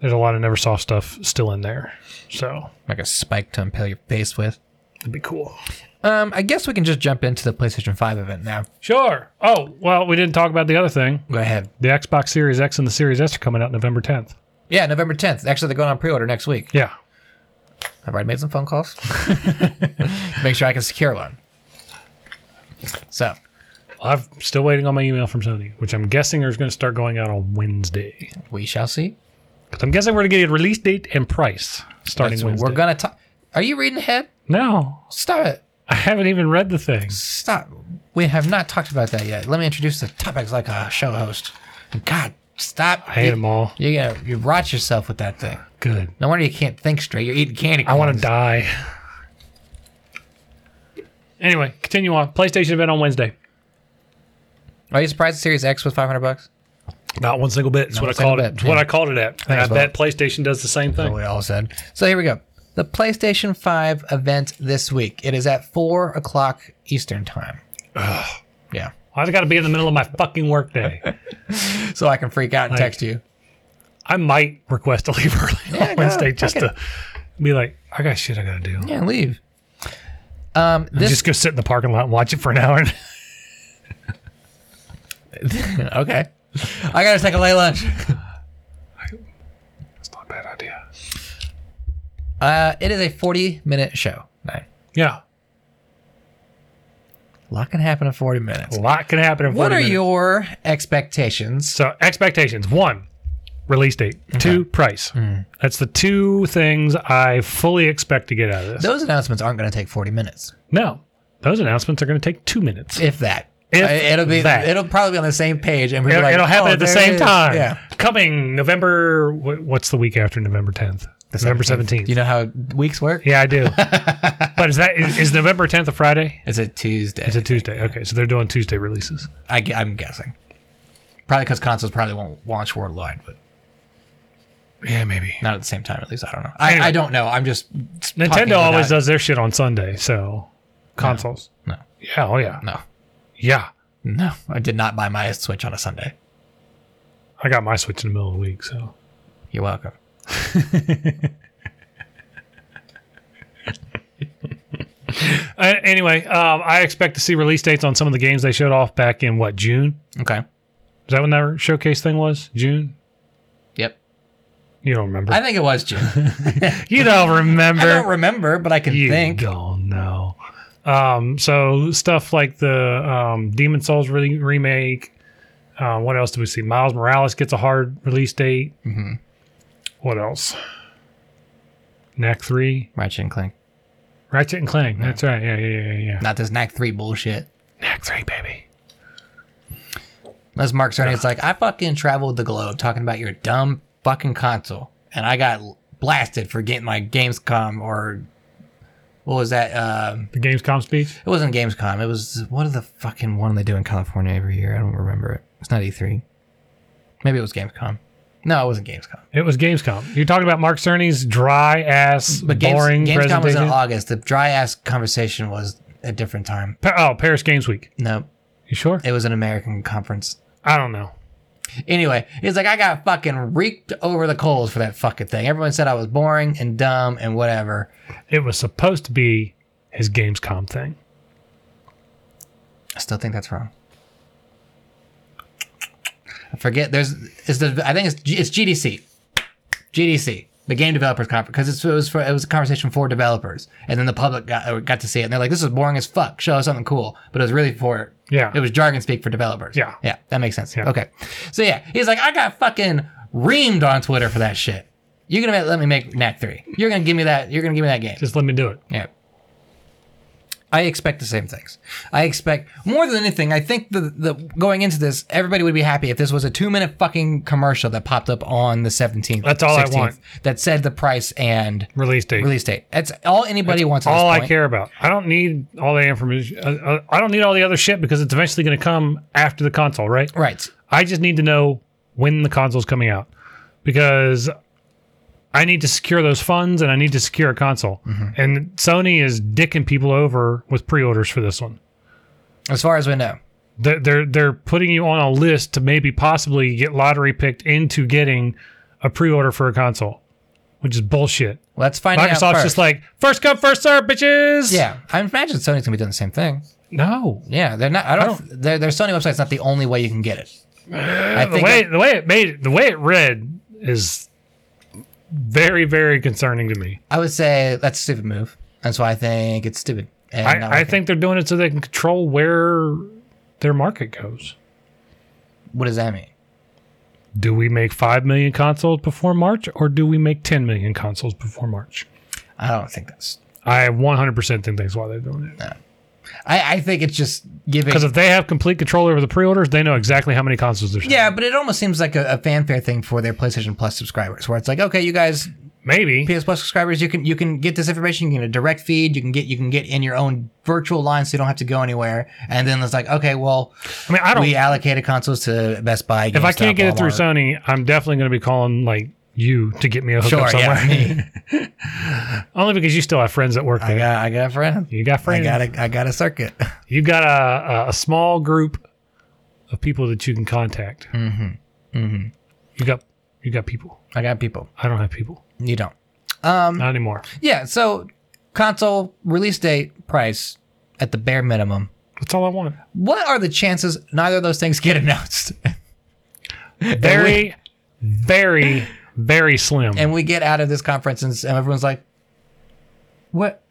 A: There's a lot of NeverSoft stuff still in there, so
B: like a spike to impale your face with.
A: it'd be cool.
B: Um, I guess we can just jump into the PlayStation 5 event now.
A: Sure. Oh well, we didn't talk about the other thing.
B: Go ahead.
A: The Xbox Series X and the Series S are coming out November 10th.
B: Yeah, November 10th. Actually, they're going on pre-order next week.
A: Yeah.
B: I've already made some phone calls. Make sure I can secure one. So,
A: I'm still waiting on my email from Sony, which I'm guessing is going to start going out on Wednesday.
B: we shall see.
A: 'Cause I'm guessing we're going to get a release date and price starting
B: So
A: Wednesday.
B: we're going to talk. Are you reading ahead?
A: no,
B: Stop it.
A: I haven't even read the thing.
B: Stop. We have not talked about that yet. Let me introduce the topics like a show host. God, stop.
A: I hate them all.
B: You, you, you rot yourself with that thing.
A: Good.
B: No wonder you can't think straight. You're eating candy.
A: I want to die. Anyway, continue on. PlayStation event on Wednesday.
B: Are you surprised the Series X was 500 bucks?
A: Not one single bit. That's
B: Not
A: what
B: one
A: I
B: single
A: called
B: bit,
A: it. It's what
B: yeah.
A: I called it at. And I
B: Thanks,
A: bet PlayStation does the same
B: what
A: thing.
B: we all said. So here we go. The PlayStation 5 event this week. It is at four o'clock Eastern time. Yeah.
A: I got to be in the middle of my fucking workday.
B: So I can freak out and
A: Like-
B: text you.
A: I might request to leave early
B: Yeah,
A: on
B: go.
A: Wednesday just
B: Fuck
A: to be like, I got shit I got to do.
B: Yeah, leave. Um, this
A: just go sit in the parking lot and watch it for an hour.
B: okay. I gotta take a late lunch.
A: That's not a bad idea.
B: Uh, it is a 40 minute show. Right.
A: Yeah,
B: A lot can happen in 40
A: a
B: minutes.
A: lot can happen in 40
B: What are
A: minutes.
B: your expectations?
A: So expectations: one, release date; two, price.
B: Hmm.
A: That's the two things I fully expect to get out of this.
B: Those announcements aren't going to take 40 minutes,
A: No, those announcements are going to take two minutes.
B: if that.
A: If
B: I- it'll be
A: that.
B: it'll probably be on the same page, and we're
A: It'll,
B: like,
A: it'll happen
B: "Oh,
A: at the
B: there
A: same
B: it is."
A: time.
B: Yeah,
A: Coming November. wh- What's the week after November 10th? November 17th.
B: You know how weeks work?
A: Yeah, I do. but is that is, is November 10th a Friday?
B: It's a Tuesday.
A: It's a Tuesday. Okay, so they're doing Tuesday releases.
B: I, gu- I'm guessing. Probably because consoles probably won't launch worldwide, but
A: Yeah, maybe.
B: not at the same time. At least I don't know. I,
A: Anyway.
B: I don't know. I'm just
A: Nintendo always does their shit on Sunday, so consoles.
B: No,
A: Yeah, oh yeah.
B: no,
A: Yeah.
B: no. I did not buy my Switch on a Sunday.
A: I got my Switch in the middle of the week, so
B: You're welcome.
A: Uh, anyway, um, I expect to see release dates on some of the games they showed off back in what June?
B: Okay.
A: Is that when that showcase thing was? June?
B: Yep.
A: You don't remember?
B: I think it was June.
A: you don't remember?
B: I don't remember, but I can
A: you
B: think.
A: don't know. Um, so stuff like the um, Demon Souls re- remake. Uh, what else do we see? Miles Morales gets a hard release date.
B: Mhm.
A: What else? Knack three,
B: Ratchet and Clank.
A: Ratchet and Clank. That's right. Yeah, yeah, yeah, yeah.
B: Not this Knack 3 bullshit.
A: Knack three, baby.
B: Unless Mark Cerny's like, I fucking traveled the globe talking about your dumb fucking console, and I got blasted for getting my Gamescom or what was that? Um,
A: The Gamescom speech.
B: it wasn't Gamescom. It was what is the fucking one they do in California every year? I don't remember it. It's not E3. Maybe it was Gamescom. No, it wasn't Gamescom.
A: It was Gamescom. You're talking about Mark Cerny's dry ass,
B: But Games,
A: boring
B: Gamescom was in
A: presentation.
B: August. The dry ass conversation was a different time.
A: Pa- oh, Paris Games Week.
B: No,
A: You sure?
B: it was an American conference.
A: I don't know.
B: Anyway, he's like, I got fucking reeked over the coals for that fucking thing. Everyone said I was boring and dumb and whatever.
A: It was supposed to be his Gamescom thing.
B: I still think that's wrong. I forget. There's is the I think it's G, it's GDC, GDC, the Game Developers Conference, because it was for it was a conversation for developers, and then the public got uh, got to see it, and they're like, this is boring as fuck. Show us something cool, but it was really for
A: Yeah.
B: It was jargon speak for developers.
A: Yeah.
B: Yeah. That makes sense.
A: Yeah.
B: Okay. So yeah, he's like, I got fucking reamed on Twitter for that shit. You're gonna let me make Knack three. You're gonna give me that. You're gonna give me that game.
A: Just let me do it.
B: Yeah. I expect the same things. I expect more than anything. I think the the going into this, everybody would be happy if this was a two minute fucking commercial that popped up on the seventeenth.
A: That's all I want.
B: That said the price and
A: Release date.
B: release date. That's all anybody wants. At
A: all
B: this
A: I
B: point.
A: care about. I don't need all the information. I, I- I don't need all the other shit because it's eventually going to come after the console, right?
B: Right.
A: I just need to know when the console's coming out because I need to secure those funds and I need to secure a console.
B: Mm-hmm.
A: And Sony is dicking people over with pre-orders for this one.
B: As far as we know.
A: They're they're, they're putting you on a list to maybe possibly get lottery picked into getting a pre-order for a console, which is bullshit.
B: Let's find out.
A: Microsoft's
B: First.
A: just like first come first serve, bitches.
B: Yeah, I imagine Sony's gonna be doing the same thing.
A: No.
B: Yeah, they're not. I don't. their, their Sony website's not the only way you can get it. I
A: the
B: think.
A: way the way it made the way it read is very very concerning to me.
B: I would say that's a stupid move. That's why I think it's stupid. And not
A: I, I
B: working.
A: think they're doing it so they can control where their market goes.
B: What does that mean?
A: Do we make five million consoles before March, or do we make ten million consoles before March?
B: I don't think that's.
A: I 100% think that's why they're doing it.
B: I, I think it's just giving.
A: Because if they have complete control over the pre-orders, they know exactly how many consoles there's.
B: Yeah, but it almost seems like a, a fanfare thing for their PlayStation Plus subscribers, where it's like, okay, you guys,
A: Maybe.
B: PS Plus subscribers, you can you can get this information, you can get a direct feed, you can get you can get in your own virtual line, so you don't have to go anywhere. And then it's like, okay, well,
A: I mean, I don't.
B: we allocated consoles to Best Buy.
A: if I can't
B: GameStop,
A: get it through
B: Walmart.
A: Sony, I'm definitely going to be calling like you to get me a hookup
B: sure,
A: somewhere.
B: yeah, me.
A: Only because you still have friends that work
B: I
A: there.
B: got I got a friend.
A: you got
B: I
A: friends.
B: got a I got a circuit.
A: you got a, a, a small group of people that you can contact. Mm-hmm. Mm-hmm. You got you got people.
B: I got people.
A: I don't have people.
B: You don't.
A: Not anymore.
B: Yeah. So console release date price at the bare minimum.
A: That's all I want.
B: What are the chances neither of those things get announced?
A: Very, very, very slim.
B: and we get out of this conference, and, and everyone's like, "What?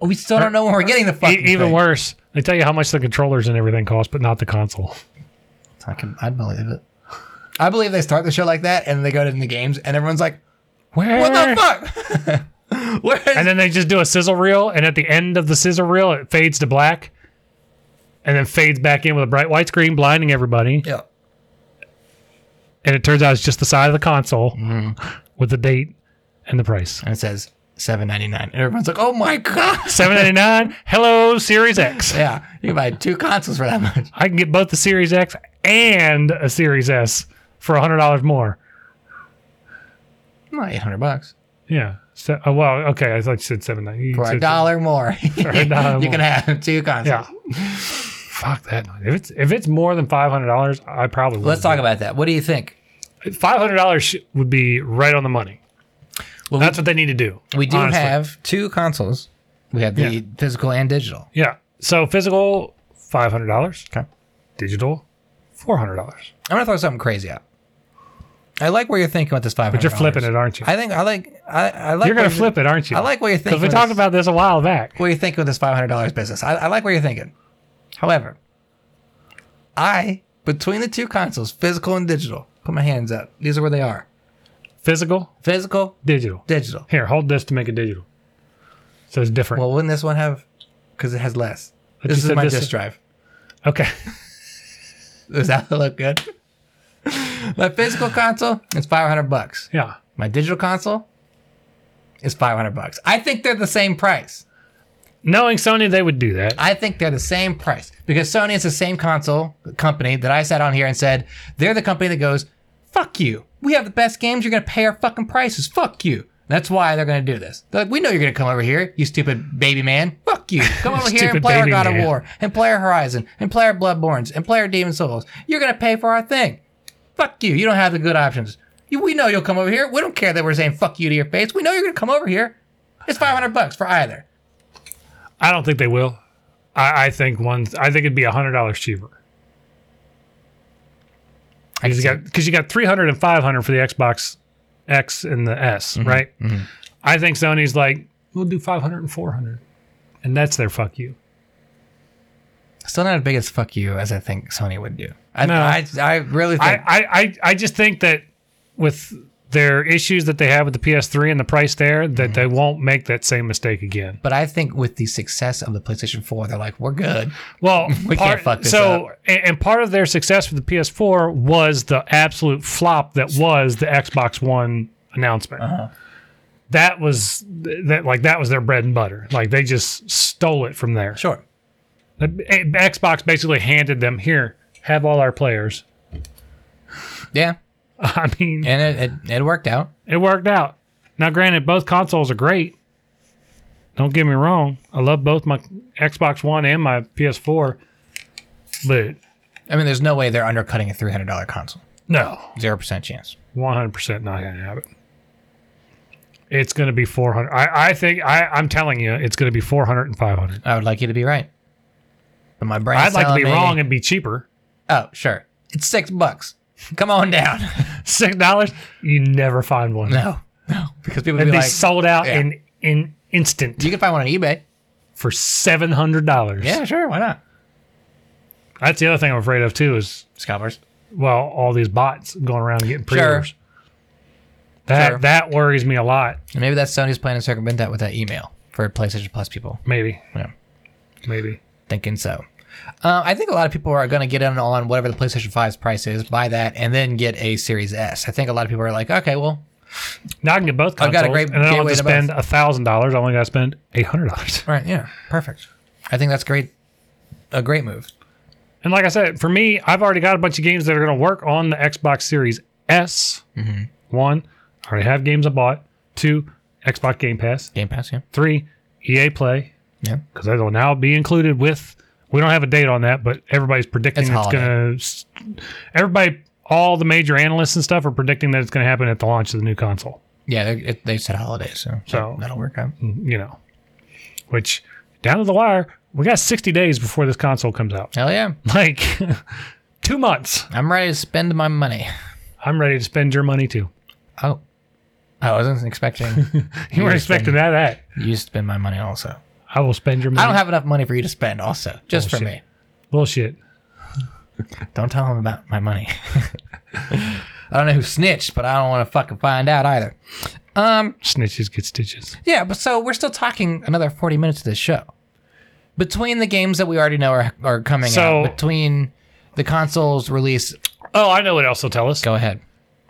B: We still don't know when we're getting the
A: E-
B: fucking
A: even
B: thing."
A: worse, they tell you how much the controllers and everything cost, but not the console.
B: I can, I'd believe it. I believe they start the show like that, and they go to the games, and everyone's like,
A: Where?
B: "What the fuck? Where is
A: Eh. And then they just do a sizzle reel, and at the end of the sizzle reel, it fades to black, and then fades back in with a bright white screen, blinding everybody.
B: yeah.
A: And it turns out it's just the side of the console with the date and the price.
B: And it says seven ninety nine, and everyone's like, "Oh my god!
A: Seven ninety nine. Hello, Series X.
B: Yeah, you can buy two consoles for that much."
A: I can get both the Series X and a Series S for hundred dollars more.
B: Not eight hundred bucks
A: Yeah. So, uh, well, okay. I thought you said seven ninety.
B: for a dollar more.
A: a dollar
B: you
A: more.
B: can have two consoles.
A: Yeah. Fuck that. If it's if it's more than five hundred dollars, I probably would.
B: Let's talk about that. What do you think?
A: Five hundred dollars would be right on the money.
B: Well,
A: That's what they need to do.
B: We do
A: honestly.
B: have two consoles. We have the
A: Yeah.
B: physical and digital.
A: Yeah. So physical, five hundred dollars.
B: Okay.
A: Digital, four hundred dollars.
B: I'm gonna throw something crazy out. I like where you're thinking with this five
A: But
B: hundred.
A: you're flipping it, aren't you?
B: I think I like I, I like.
A: you're gonna
B: where
A: flip it, aren't you?
B: I like what you're thinking.
A: because we
B: with
A: talked
B: this-
A: about this a while back.
B: what you're thinking with this five hundred dollars business. I, I like where you're thinking. However, I between the two consoles, physical and digital, put my hands up. These are where they are:
A: Physical,
B: physical,
A: digital.
B: digital.
A: Here, hold this to make it digital. So it's different.
B: Well, wouldn't this one have? Because it has less.
A: But you
B: this is
A: said
B: my
A: this-
B: disk drive.
A: okay.
B: Does that look good? my physical console is five hundred bucks.
A: yeah.
B: My digital console is 500 bucks. I think they're the same price.
A: Knowing Sony, they would do that.
B: I think they're the same price because Sony is the same console company that I sat on here and said, they're the company that goes, fuck you. We have the best games. You're going to pay our fucking prices. Fuck you. That's why they're going to do this. They're like, we know you're going to come over here, you stupid baby man. Fuck you. Come over here and
A: Stupid
B: play our
A: baby
B: God
A: man.
B: of War and play our Horizon and play our Bloodborns and play our Demon Souls. You're going to pay for our thing. Fuck you. You don't have the good options. You, we know you'll come over here. We don't care that we're saying fuck you to your face. We know you're going to come over here. It's 500 bucks for either.
A: I don't think they will. I, I think one. I think it'd be hundred dollars cheaper. Because you got because you got 300 and 500 for the Xbox X and the S, right? I think Sony's like, we'll do 500 and 400, and that's their fuck you.
B: Still not as big as fuck you as I think Sony would do. I
A: No.
B: I, I really
A: I,
B: think
A: I, I, I just think that with their issues that they have with the PS3 and the price there, that they won't make that same mistake again.
B: but I think with the success of the PlayStation 4, they're like, we're good.
A: Well,
B: We can't
A: part,
B: fuck this
A: so and, and part of their success with the PS4 was the absolute flop that was the Xbox One announcement.
B: Uh-huh.
A: That was th- that like that was their bread and butter. Like they just stole it from there.
B: Sure.
A: The- eh, Xbox basically handed them here, have all our players.
B: Yeah.
A: I mean,
B: And it, it, it worked out.
A: it worked out. Now, granted, both consoles are great. Don't get me wrong. I love both my Xbox One and my PS4. But
B: I mean, there's no way they're undercutting a $300 console.
A: no,
B: 0% chance.
A: 100% not going to have it. It's going to be 400. I, I think, I, I'm telling you, it's going to be 400 and 500.
B: I would like you to be right. But my
A: I'd
B: brain's
A: like to
B: telling
A: be
B: me-
A: wrong and be cheaper.
B: Oh, sure. It's six bucks. Come on down.
A: $6? You never find one.
B: no. No. Because people
A: and
B: be
A: they
B: like,
A: sold out
B: yeah.
A: in, in instant
B: you can find one on eBay.
A: for $700.
B: Yeah, sure. Why not?
A: That's the other thing I'm afraid of, too, is
B: Scalpers.
A: well, all these bots going around and getting pre orders.
B: Sure.
A: That
B: Sure.
A: that worries me a lot,
B: And maybe that's Sony's plan to circumvent that with that email for PlayStation Plus people.
A: maybe.
B: Yeah.
A: Maybe.
B: thinking so. Uh, I think a lot of people are going to get in on whatever the PlayStation 5's price is, buy that, and then get a Series S. I think a lot of people are like, okay, well,
A: Now I can get both
B: I've
A: consoles.
B: got a great
A: and I don't have to
B: gateway to
A: spend a thousand dollars. I only got to spend eight hundred dollars.
B: all right, yeah, perfect. I think that's great, a great move.
A: And like I said, for me, I've already got a bunch of games that are going to work on the Xbox Series S.
B: Mm-hmm.
A: One, I already have games I bought. Two, Xbox Game Pass.
B: Game Pass, yeah,
A: Three, EA Play,
B: yeah.
A: because that'll now be included with. We don't have a date on that, but everybody's predicting
B: It's
A: it's, going to. Everybody, all the major analysts and stuff are predicting that it's going to happen at the launch of the new console.
B: Yeah, they, it, they said holidays, so, mm.
A: So-
B: that'll work out.
A: you know, which down to the wire, we got 60 days before this console comes out.
B: Hell yeah,
A: Like two months.
B: I'm ready to spend my money.
A: I'm ready to spend your money too.
B: Oh, I wasn't expecting
A: You weren't expecting that. That
B: you to spend my money. Also,
A: I will spend your money.
B: I don't have enough money for you to spend. Also, just for me.
A: Bullshit. bullshit.
B: Don't tell him about my money. I don't know who snitched, but I don't want to fucking find out either. Um,
A: Snitches get stitches.
B: yeah, but so we're still talking another 40 minutes of this show. Between the games that we already know are, are coming
A: So-
B: out, between the consoles release,
A: Oh, I know what else will tell us.
B: go ahead.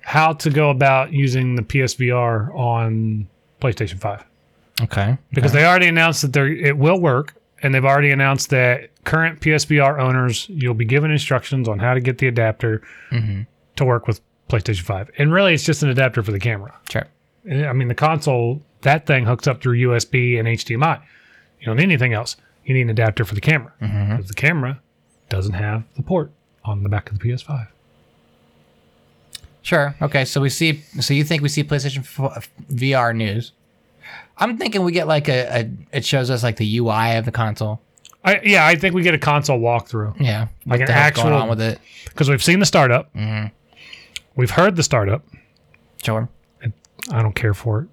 A: How to go about using the PSVR on PlayStation 5.
B: Okay.
A: Because they already announced that they're, it will work, and they've already announced that current PSVR owners, you'll be given instructions on how to get the adapter to work with PlayStation 5. And really, it's just an adapter for the camera.
B: Sure.
A: And, I mean, the console, that thing hooks up through USB and HDMI. You don't need anything else. You need an adapter for the camera because
B: Mm-hmm.
A: the camera doesn't have the port on the back of the PS5.
B: Sure. Okay. So we see. So you think we see PlayStation f- VR news? I'm thinking we get like a, a. It shows us like the UI of the console.
A: I, yeah, I think we get a console walkthrough
B: Yeah.
A: Like
B: What
A: an
B: the hell's going
A: actual-
B: on with it.
A: because we've seen the startup.
B: Mm-hmm.
A: We've heard the startup.
B: Sure.
A: I don't care for it.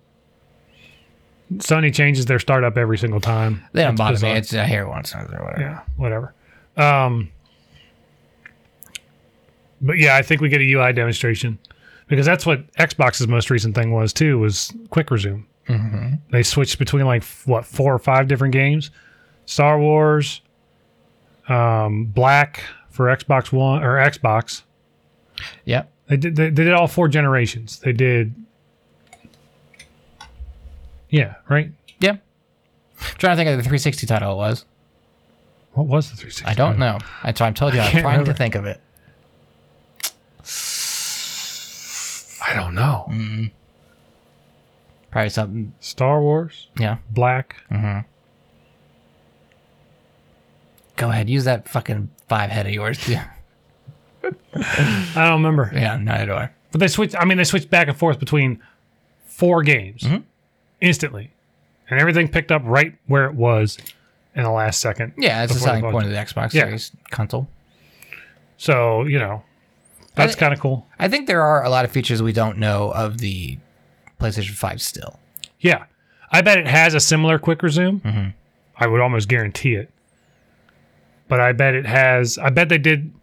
A: Sony changes their startup every single time.
B: They don't bother
A: bizarre.
B: me. It's I hear it once or whatever.
A: Yeah, whatever. Um, but yeah, I think we get a UI demonstration because that's what Xbox's most recent thing was too was quick resume. Mm-hmm. They switched between like f- what four or five different games, Star Wars, um, Black for Xbox One or Xbox.
B: Yep.
A: They did. They, they did all four generations. They did. Yeah. Right.
B: Yeah. I'm trying to think of the 360 title it was.
A: What was the 360?
B: I don't know. That's why I'm telling you. I'm
A: can't
B: trying
A: remember.
B: to think of it.
A: I don't know.
B: Mm. Probably something.
A: Star Wars,
B: Yeah.
A: Black.
B: Mm. Go ahead. Use that fucking five head of yours. Yeah.
A: I don't remember.
B: Yeah. Neither do I.
A: But they switched. I mean, they switched back and forth between four games instantly, and everything picked up right where it was in the last second.
B: Yeah. It's the
A: before they
B: selling
A: bought
B: point
A: it.
B: of the Xbox
A: Yeah.
B: Series console.
A: So you know, that's
B: thi-
A: kind of cool.
B: I think there are a lot of features we don't know of the PlayStation 5 still.
A: Yeah, I bet it has a similar quick resume. I would almost guarantee it. But I bet it has. I bet they did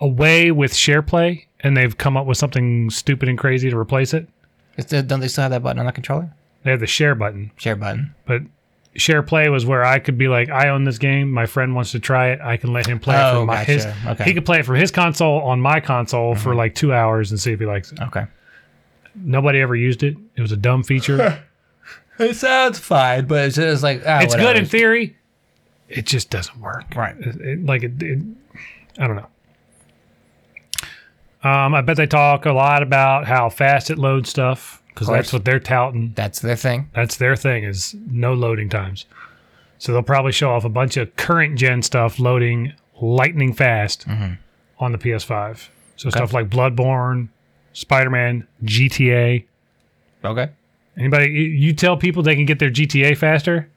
A: away with share play, and they've come up with something stupid and crazy to replace it.
B: It's the- don't they still have that button on the controller?
A: They have the share button,
B: Share button.
A: but share play was where I could be like, I own this game. My friend wants to try it. I can let him play it
B: Oh,
A: from my,
B: gotcha.
A: his.
B: Okay. Mm-hmm.
A: He could play it from his console on my console for like two hours and see if he likes it.
B: Okay.
A: Nobody ever used it. It was a dumb feature.
B: It sounds fine, but it's just like ah,
A: it's
B: whatever.
A: good in theory. It just doesn't work.
B: right.
A: It- it- like it, it, I don't know. Um, I bet they talk a lot about how fast it loads stuff because
B: course.
A: that's what they're touting.
B: That's their thing.
A: That's their thing is no loading times. So they'll probably show off a bunch of current gen stuff loading lightning fast on the PS5. So stuff like Bloodborne, Spider-Man, GTA.
B: Okay.
A: Anybody you, you tell people they can get their GTA faster,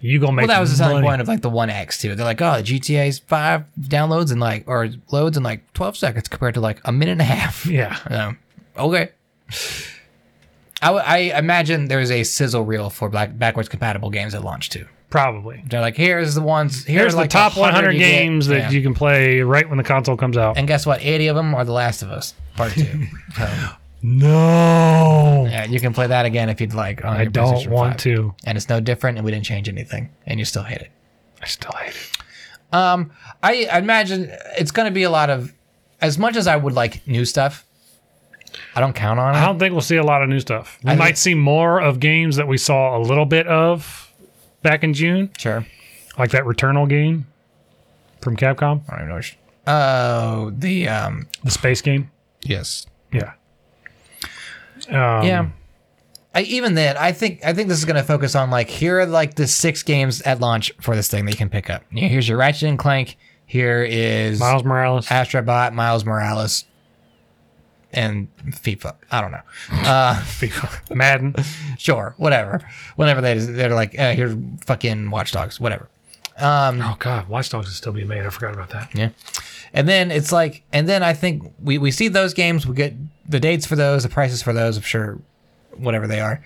A: you gonna make
B: Well, that was the
A: money.
B: selling point of like the One X too. They're like, oh, the GTA's five downloads in like or loads in like twelve seconds compared to like a minute and a half.
A: Yeah.
B: Um, okay. I, w- I imagine there's a sizzle reel for black backwards compatible games at launch too.
A: Probably.
B: They're like, here's the ones. Here's,
A: Here's
B: like
A: the top
B: 100
A: 100
B: you get.
A: games that
B: Yeah.
A: you can play right when the console comes out.
B: And guess what? 80 of them are The Last of Us Part 2. so,
A: No,
B: yeah, you can play that again if you'd like. On
A: I don't want to.
B: And it's no different, and we didn't change anything, and you still hate it.
A: I still hate it.
B: Um, I, I imagine it's going to be a lot of, as much as I would like new stuff, I don't count on it.
A: I don't think we'll see a lot of new stuff. We
B: I
A: might
B: think-
A: see more of games that we saw a little bit of back in June,
B: sure.
A: like that Returnal game from Capcom,
B: I don't even know. which- Oh, the um,
A: the space game.
B: yes,
A: Yeah. Um,
B: yeah. I, even then, I think I think this is going to focus on like here are like the six games at launch for this thing that you can pick up. Yeah, Here's your Ratchet and Clank. Here is
A: Miles Morales.
B: Astrobot, Miles Morales, and FIFA. I don't know. Uh,
A: FIFA, Madden.
B: sure, whatever. Whenever they they're like, uh, here's fucking Watch Dogs, whatever.
A: Oh God, Watch Dogs is still being made. I forgot about that.
B: Yeah. And then it's like, and then I think we, we see those games, we get the dates for those, the prices for those, I'm sure, whatever they are.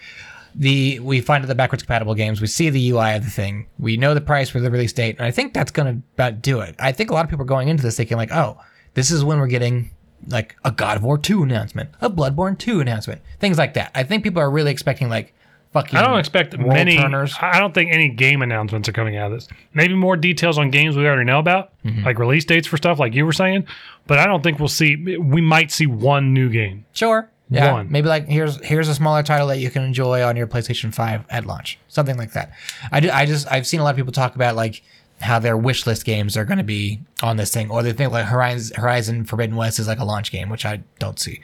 B: The we find out the backwards compatible games. We see the UI of the thing. We know the price for the release date, and I think that's gonna about do it. I think a lot of people are going into this thinking like, oh, this is when we're getting like a God of War two announcement, a Bloodborne two announcement, things like that. I think people are really expecting like, fucking.
A: I don't expect
B: world
A: many.
B: turners.
A: I don't think any game announcements are coming out of this. Maybe more details on games we already know about, like release dates for stuff, like you were saying. But I don't think we'll see. We might see one new game.
B: Sure. Yeah.
A: One.
B: Maybe like here's here's a smaller title that you can enjoy on your PlayStation 5 at launch. Something like that. I do, I just I've seen a lot of people talk about like how their wish list games are going to be on this thing or they think like Horizon Horizon Forbidden West is like a launch game, which I don't see.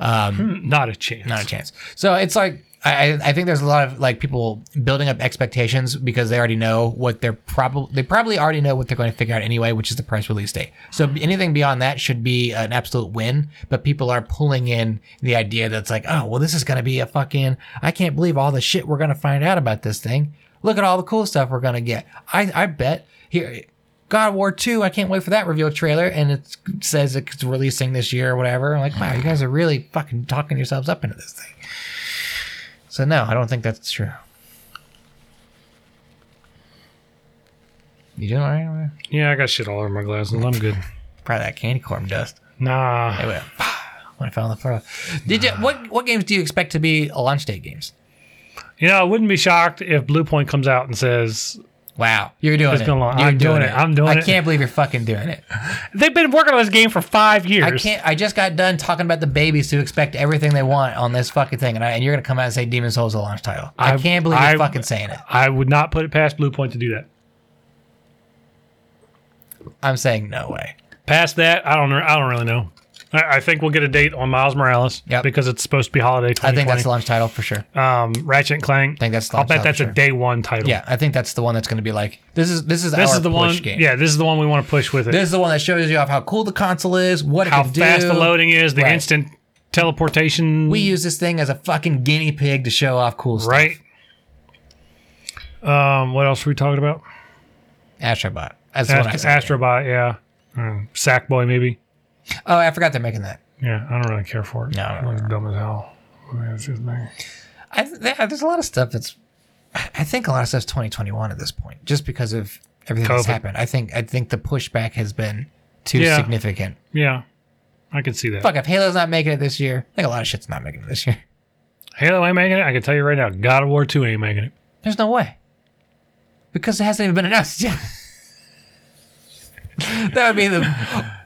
A: Not a chance.
B: Not a chance. So it's like I, I- I think there's a lot of like people building up expectations because they already know what they're probably they probably already know what they're going to figure out anyway, which is the price release date. So b- anything beyond that should be an absolute win. But people are pulling in the idea that's like, oh well, this is going to be a fucking I can't believe all the shit we're going to find out about this thing. Look at all the cool stuff we're going to get. I I bet here God of War 2, I can't wait for that reveal trailer. And it says it's releasing this year or whatever. I'm like, wow, you guys are really fucking talking yourselves up into this thing. So, no, I don't think that's true. You doing all right over there?
A: Yeah, I got shit all over my glasses. I'm good.
B: Probably that candy corn dust.
A: Nah,
B: It went when I fell on the floor. Did you, what, what games do you expect to be launch date games?
A: you know I wouldn't be shocked if Blue Point comes out and says
B: Wow, you're doing
A: It's
B: it.
A: been a long-
B: You're
A: I'm doing it. I'm doing
B: I
A: it.
B: can't believe you're fucking doing it.
A: they've been working on this game for five years.
B: I can't. I just got done talking about the babies who expect everything they want on this fucking thing, and, I, and you're gonna come out and say Demon Souls is a launch title. I,
A: I-
B: can't believe
A: I-
B: you're fucking saying it.
A: I would not put it past Blue Point to do that.
B: I'm saying no way.
A: Past that, I don't. know- I don't really know. I, I think we'll get a date on Miles Morales
B: Yep.
A: because it's supposed to be holiday.
B: I
A: 2020.
B: think that's the launch title for sure.
A: um, Ratchet and Clank.
B: think that's the
A: I'll bet
B: title,
A: that's
B: sure.
A: a day one title.
B: Yeah, I think that's the one that's gonna be like this is this is
A: this
B: our
A: is the
B: push
A: one.
B: game.
A: Yeah, this is the one we want to push with it.
B: This is the one that shows you off how cool the console is, what
A: How
B: it can do.
A: fast the loading is, the
B: Right.
A: instant teleportation.
B: We use this thing as a fucking guinea pig to show off cool stuff.
A: right. Um, what else were we talking about?
B: Astrobot. That's what I
A: Ast-
B: said.
A: Astrobot, yeah. Um, Sackboy, maybe.
B: oh, I forgot they're making that.
A: Yeah, I don't really care for it.
B: No, I don't
A: It's dumb as hell. I mean, it's just me.
B: I th- yeah, there's a lot of stuff that's. I think a lot of stuff's 2021 at this point, just because of everything that's
A: COVID.
B: happened. I think I think the pushback has been too
A: Yeah.
B: significant.
A: Yeah, I can see that.
B: Fuck, if Halo's not making it this year, I think a lot of shit's not making it this year.
A: Halo ain't making it. I can tell you right now, God of War 2 ain't making it.
B: There's no way, because it hasn't even been announced yet. that would be the.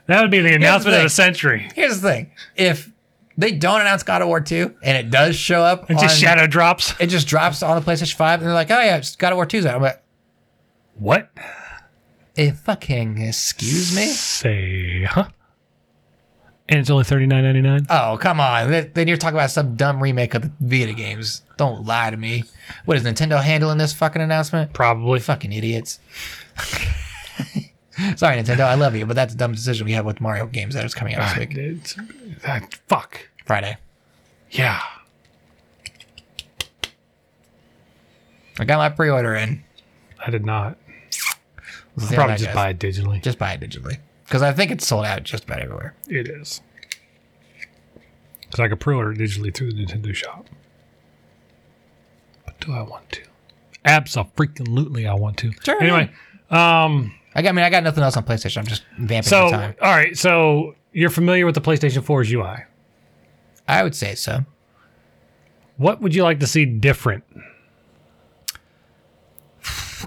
A: That would be the announcement
B: thing.
A: of the century.
B: Here's the thing: if they don't announce God of War 2 and it does show up,
A: It just
B: on-
A: shadow drops.
B: it just drops on the PlayStation 5, and they're like, "Oh yeah, it's God of War 2's out." I'm like,
A: What?
B: eh, "Fucking excuse me."
A: Say, huh? And it's only thirty nine ninety nine.
B: Oh, come on. Th- Then you're talking about some dumb remake of the Vita games. Don't lie to me. What is Nintendo handling this fucking announcement?
A: Probably.
B: Fucking idiots. Sorry, Nintendo. I love you, but that's a dumb decision we had with Mario games that was coming out this week.
A: It's- that- fuck.
B: Friday.
A: Yeah.
B: I got my pre order in.
A: I did not.
B: We'll
A: I'll
B: see how
A: probably
B: that
A: just
B: goes.
A: buy it digitally.
B: Just buy it digitally. Because I think it's sold out just about everywhere.
A: It is. Because I could pre-order it digitally through the Nintendo shop. But do I want to? Absolutely, I want to.
B: Sure,
A: Anyway, um,
B: I, got, I mean, I got nothing else on PlayStation. I'm just vamping
A: so
B: the time.
A: all right, so you're familiar with the PlayStation 4's UI.
B: I would say so.
A: What would you like to see different?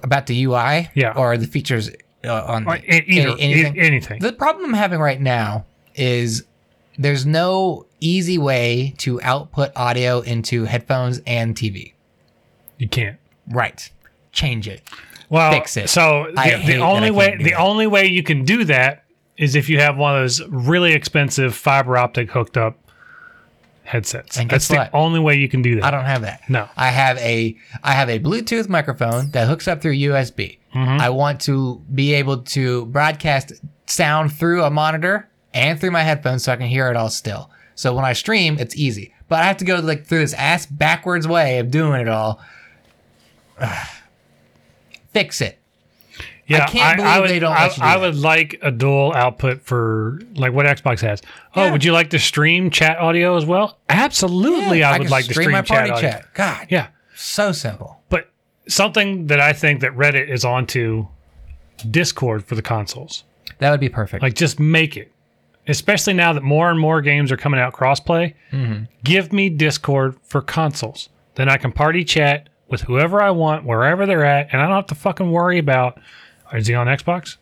B: About the UI
A: Yeah.
B: or the features uh, on
A: Or
B: the-
A: a- either
B: any- anything?
A: anything. anything.
B: The problem I'm having right now is there's no easy way to output audio into headphones and TV.
A: you can't.
B: Right. Change it.
A: well,
B: fix it.
A: So the,
B: I
A: the
B: hate that I
A: only
B: can't
A: way
B: do
A: the
B: that.
A: only way you can do that is if you have one of those really expensive fiber optic hooked up headsets.
B: And
A: That's
B: guess
A: the
B: what?
A: only way you can do that.
B: I don't have that.
A: No.
B: I have a I have a Bluetooth microphone that hooks up through USB. I want to be able to broadcast sound through a monitor and through my headphones so I can hear it all still. So when I stream, it's easy. But I have to go like through this ass backwards way of doing it all. Fix it.
A: Yeah,
B: I can't believe
A: would,
B: they don't
A: I,
B: let you do
A: I
B: that.
A: would like a dual output for like what Xbox has. Oh,
B: Yeah.
A: would you like to stream chat audio as well? Absolutely, I, would
B: can
A: like to stream
B: my
A: chat
B: party
A: audio.
B: chat. God,
A: Yeah,
B: so simple.
A: but something that I think that Reddit is onto Discord for the consoles.
B: That would be perfect.
A: Like, just make it. Especially now that more and more games are coming out crossplay, give me Discord for consoles. Then I can party chat with whoever I want, wherever they're at, and I don't have to fucking worry about is he on Xbox?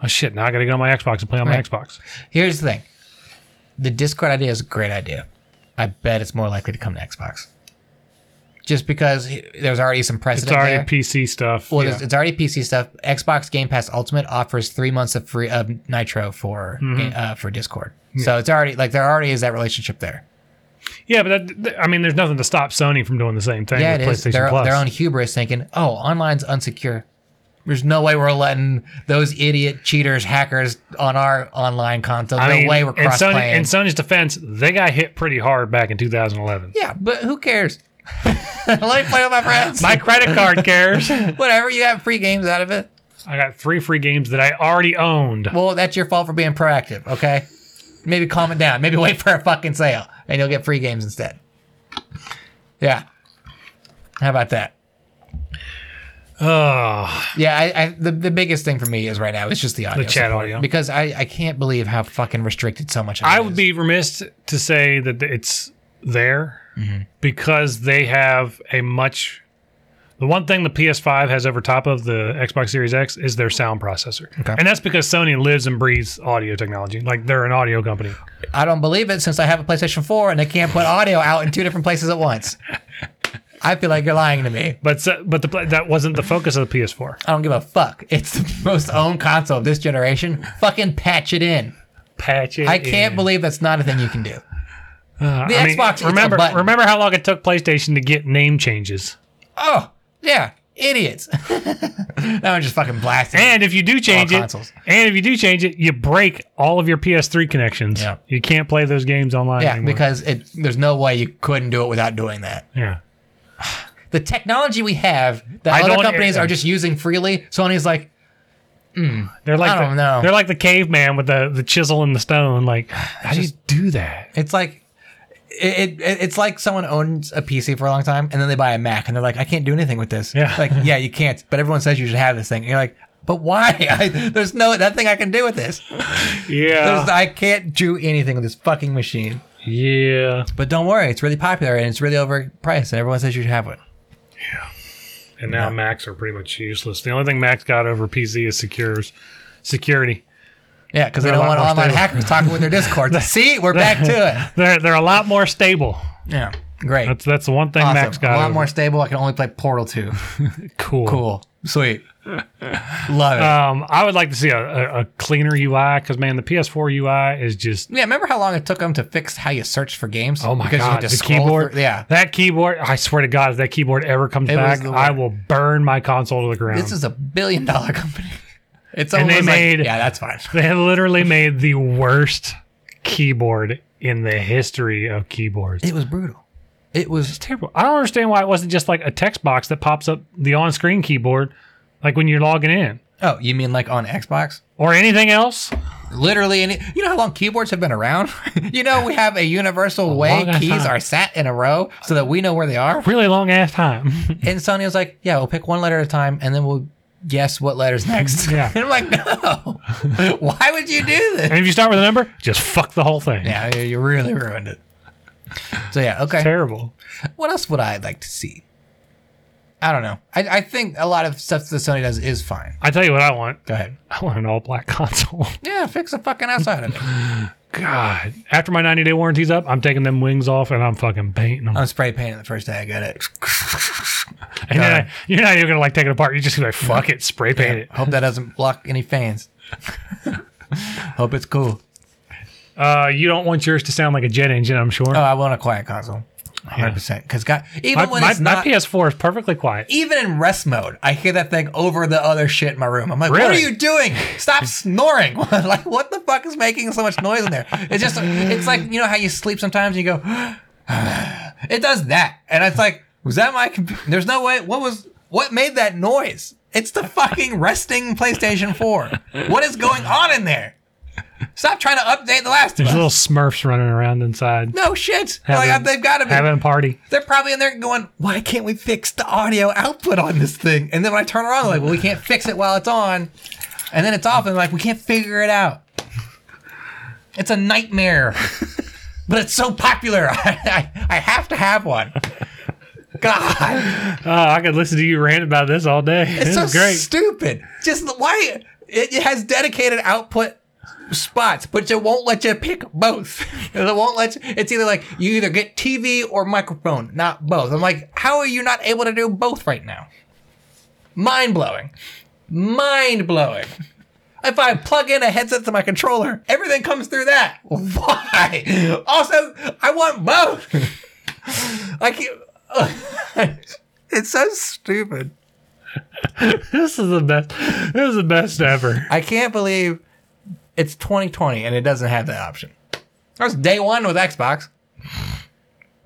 A: Oh shit! Now I got to go on my Xbox and play on my
B: Right.
A: Xbox.
B: Here's the thing. The Discord idea is a great idea. I bet it's more likely to come to Xbox. Just because he- there's already some
A: It's
B: precedent
A: already
B: there.
A: PC stuff.
B: well,
A: Yeah.
B: there's- it's already PC stuff. Xbox Game Pass Ultimate offers three months of free of Nitro for
A: Mm-hmm.
B: ga- uh, for Discord. So it's already like there already is that relationship there.
A: yeah, but that, th- I mean, there's nothing to stop Sony from doing the same thing
B: yeah, it
A: with
B: is.
A: PlayStation
B: Their,
A: Plus.
B: their own hubris thinking, oh, online's unsecure. There's no way we're letting those idiot cheaters hackers on our online console.
A: I
B: no
A: mean,
B: way we're
A: in,
B: cross
A: Sony,
B: playing.
A: in Sony's defense, they got hit pretty hard back in 2011.
B: Yeah, but who cares? Let me play with my friends.
A: My credit card cares. I
B: Whatever, you got free games out of it.
A: got three free games that I already owned.
B: Well, that's your fault for being proactive, okay? Maybe calm it down. Maybe wait for a fucking sale and you'll get free games instead. Yeah. How about that?
A: Oh,
B: Yeah, I, I the, the biggest thing for me is right now it's just the audio.
A: the chat
B: support.
A: audio.
B: Because I, I can't believe how fucking restricted so much of
A: I
B: it
A: would
B: is.
A: be remiss to say that it's there
B: Mm-hmm.
A: because they have a much. The one thing the PS5 has over top of the Xbox Series X is their sound processor.
B: Okay.
A: And that's because Sony lives and breathes audio technology. Like they're an audio company.
B: I don't believe it since I have a PlayStation 4 and I can't put audio out in two different places at once. I feel like you're lying to me.
A: But so, but the, pla- that wasn't the focus of the PS4.
B: I don't give a fuck. It's the most owned console of this generation. Fucking patch it in.
A: Patch it
B: I can't
A: in.
B: believe that's not a thing you can do.
A: Uh,
B: the
A: I mean,
B: Xbox, it's a
A: Remember,
B: button.
A: remember how long it took PlayStation to get name changes.
B: Oh, yeah, idiots. now I'm just fucking blasting.
A: And if you do change
B: All
A: it,
B: consoles.
A: and if you do change it, you break all of your PS3 connections.
B: Yeah.
A: You can't play those games online
B: yeah,
A: anymore.
B: because it, there's no way you couldn't do it without doing that.
A: yeah.
B: The technology we have that
A: I
B: other
A: don't-
B: companies are just using freely, Sony's like,
A: They're like
B: I
A: the,
B: don't know.
A: They're like the caveman with the, the chisel and the stone. Like, how do you do that?
B: it's like. It, it it's like someone owns a PC for a long time and then they buy a Mac and they're like, I can't do anything with this.
A: Yeah.
B: Like, yeah, you can't. But everyone says you should have this thing. And you're like, but why? I, there's no nothing I can do with this. There's,
A: Yeah.
B: I can't do anything with this fucking machine.
A: yeah.
B: But don't worry, it's really popular and it's really overpriced, and everyone says you should have one.
A: And now Macs are pretty much useless. The only thing Macs got over PC is secures security.
B: Yeah, because they
A: They're a
B: don't
A: lot
B: want
A: more
B: online
A: stable.
B: hackers talking with their Discord. See, we're back to
A: They're they're a lot more stable.
B: it. Yeah, great.
A: That's that's the one thing
B: awesome.
A: Macs got.
B: a lot
A: over.
B: more stable. I can only play Portal 2.
A: cool.
B: cool. Sweet. Love it.
A: Um, I would like to see a, a, a cleaner UI because man, the PS4 UI is just
B: yeah, remember how long it took them to fix how you search for games?
A: oh my
B: Because you
A: god.
B: had to
A: The
B: scroll
A: keyboard,
B: through- yeah.
A: that keyboard. I swear to God, if that keyboard ever comes
B: It was
A: back,
B: the
A: I
B: worst.
A: will burn my console to the ground.
B: This is a billion dollar company. It's
A: And they
B: almost like,
A: made-
B: yeah, that's fine.
A: They literally made the worst keyboard in the history of keyboards.
B: It was brutal. It was
A: terrible. I don't understand why it wasn't just like a text box that pops up the on-screen keyboard, like when you're logging in
B: oh, you mean like on Xbox?
A: or anything else.
B: literally any you know how long keyboards have been around you know we have a universal way
A: long ass
B: keys
A: time.
B: are sat in a row so that we know where they are
A: Really long ass time.
B: and sony was like yeah we'll pick one letter at a time and then we'll guess what letter's next
A: Yeah.
B: and i'm like no why would you do this
A: and if you start with a number, just fuck the whole thing.
B: yeah you- you really ruined it so yeah okay
A: Terrible.
B: what else would i like to see i don't know i, I think a lot of stuff that sony does is fine
A: I tell you what I want.
B: go ahead
A: I want an all-black console.
B: yeah fix the fucking outside of it
A: God. After my 90-day warranty's up, I'm taking them wings off and I'm fucking painting them.
B: i'm spray painting the first day i got it
A: and then I, you're not even gonna like take it apart. You're just gonna be like, fuck it, spray paint it.
B: Hope that doesn't block any fans. Hope it's cool.
A: Uh, you don't want yours to sound like a jet engine, I'm sure.
B: Oh, I want a quiet console. 100%. Because, God,
A: my,
B: even when
A: my-
B: it's
A: my
B: not,
A: PS4 is perfectly quiet.
B: even in rest mode, I hear that thing over the other shit in my room. I'm like, what are
A: Really?
B: you doing? Stop snoring. like, what the fuck is making so much noise in there? It's just, it's like, you know how you sleep sometimes and you go, it does that. And it's like, was that my computer? There's no way. What was, What made that noise? It's the fucking resting PlayStation 4. What is going on in there? Stop trying to update The Last of
A: There's
B: Us.
A: little Smurfs running around inside.
B: no shit. like,
A: Having-
B: they've got to be.
A: Having a party.
B: They're probably in there going, why can't we fix the audio output on this thing? And then when I turn around, they're like, well, we can't fix it while it's on. And then it's off, and they're like, we can't figure it out. It's a nightmare. but it's so popular. I, I, I have to have one. God.
A: Oh, I could listen to you rant about this all day.
B: It's
A: This
B: so
A: is great.
B: stupid. Just the- why? It, it has dedicated output spots, but it won't let you pick both. It won't let you, it's either like you either get TV or microphone, not both. I'm like, how are you not able to do both right now? Mind blowing. Mind blowing. If I plug in a headset to my controller, everything comes through that. Why? Also, I want both. like, it's so stupid.
A: this is the best. This is the best ever.
B: I can't believe it's 2020 and it doesn't have that option. That was day one with Xbox.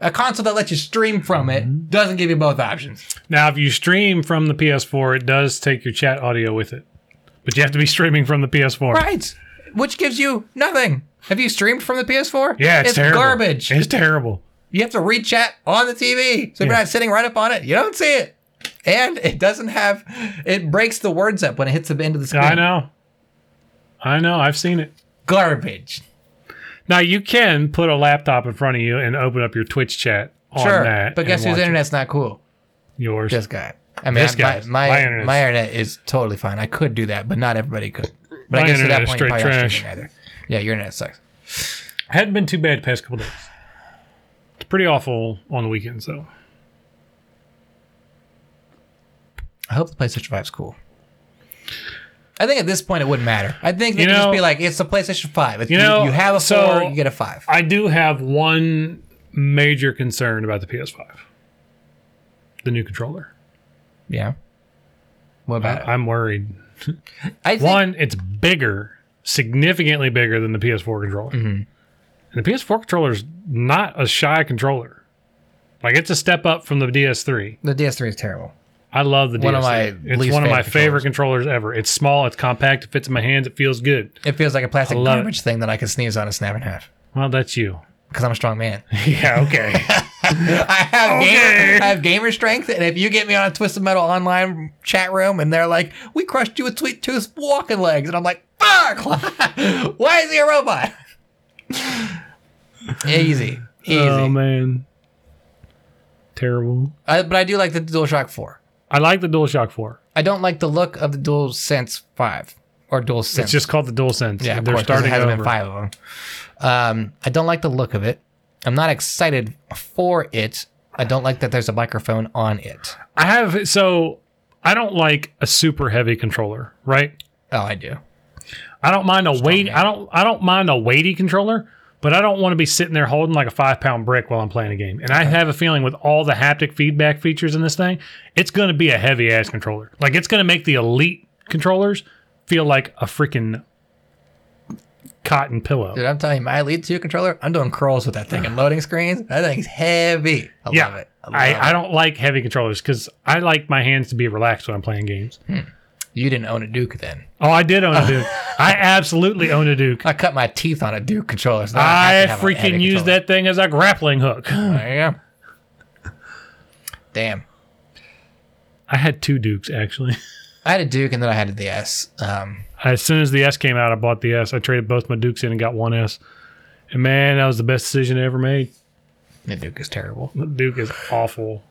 B: A console that lets you stream from
A: Mm-hmm.
B: it doesn't give you both options.
A: Now, if you stream from the PS4, it does take your chat audio with it, but you have to be streaming from the PS4.
B: Right. Which gives you nothing. Have you streamed from the PS4?
A: Yeah, it's, terrible.
B: garbage.
A: It's terrible.
B: You have to re-chat on the TV. So if you're
A: Yeah.
B: not sitting right up on it, you don't see it. And it doesn't have it breaks the words up when it hits the end of the screen.
A: I know. I know. I've seen it.
B: Garbage.
A: Now you can put a laptop in front of you and open up your Twitch chat on
B: Sure.
A: that.
B: but
A: and
B: guess whose
A: watch it.
B: internet's not cool?
A: Yours.
B: This guy. I mean,
A: This
B: I- my
A: guy's.
B: my
A: My
B: my
A: internet's-
B: internet. is totally fine. I could do that, but not everybody could. But I
A: My
B: guess at
A: internet
B: that
A: is
B: point, you
A: straight
B: probably aren't
A: trash.
B: streaming either. Yeah, your internet sucks.
A: Hadn't been too bad the past couple days. It's pretty awful on the weekends though.
B: I hope the PlayStation 5's cool. I think at this point it wouldn't matter. I think they
A: You
B: could just
A: know-
B: be like, it's the PlayStation 5. If you,
A: You know,
B: you have a
A: so-
B: 4, you get a 5.
A: I do have one major concern about the PS5. The new controller.
B: Yeah. What about
A: I- I'm worried.
B: it? I think,
A: One, it's bigger, significantly bigger than the PS4 controller.
B: Mm-hmm.
A: And the PS4 controller is not a shy controller. Like it's a step up from the DS3.
B: the DS3 is terrible.
A: I love the
B: One of
A: DS3.
B: my
A: it's
B: least
A: one of my
B: favorite
A: favorite controllers ever. It's small, it's compact, it fits in my hands, it feels good.
B: It feels like a plastic
A: I love it.
B: garbage thing that I could sneeze on and snap in half
A: Well, that's you.
B: because I'm a strong man.
A: yeah, okay.
B: I have
A: Okay.
B: gamer, I have gamer strength, and if you get me on a Twisted Metal online chat room, and they're like, "We crushed you with sweet tooth walking legs," and I'm like, "Fuck! Why is he a robot?" easy, easy.
A: Oh man. Terrible.
B: I, but I do like the DualShock Four.
A: I like the DualShock 4.
B: I don't like the look of the DualSense Five or DualSense.
A: It's just called the DualSense.
B: yeah, of
A: they're
B: course, 'cause
A: starting
B: it hasn't
A: over.
B: been five of them. Um, I don't like the look of it. I'm not excited for it. I don't like that there's a microphone on it.
A: I have so I don't like a super heavy controller, right?
B: Oh, I do.
A: I don't mind a weight. I don't. I don't mind a weighty controller, but I don't want to be sitting there holding like a five pound brick while I'm playing a game. And I have a feeling with all the haptic feedback features in this thing, it's going to be a heavy ass controller. Like it's going to make the elite controllers feel like a freaking cotton pillow.
B: Dude, I'm telling you, my Elite 2 controller, I'm doing curls with that thing and loading screens. That thing's heavy. I
A: yeah,
B: love it. I, love
A: I, I,
B: it.
A: don't like heavy controllers because I like my hands to be relaxed when I'm playing games.
B: You didn't own a Duke then.
A: Oh, I did own a Duke. I absolutely own a Duke.
B: I cut my teeth on a Duke controller. So
A: I
B: now have to have a heavy
A: freaking use
B: controller.
A: that thing as a grappling hook.
B: There you go. Damn.
A: I had two Dukes actually.
B: I had a Duke and then I had the S. Um,
A: as soon as the S came out, I bought the S. I traded both my Dukes in and got one S. And man, that was the best decision I ever made.
B: the Duke is terrible.
A: The Duke is awful.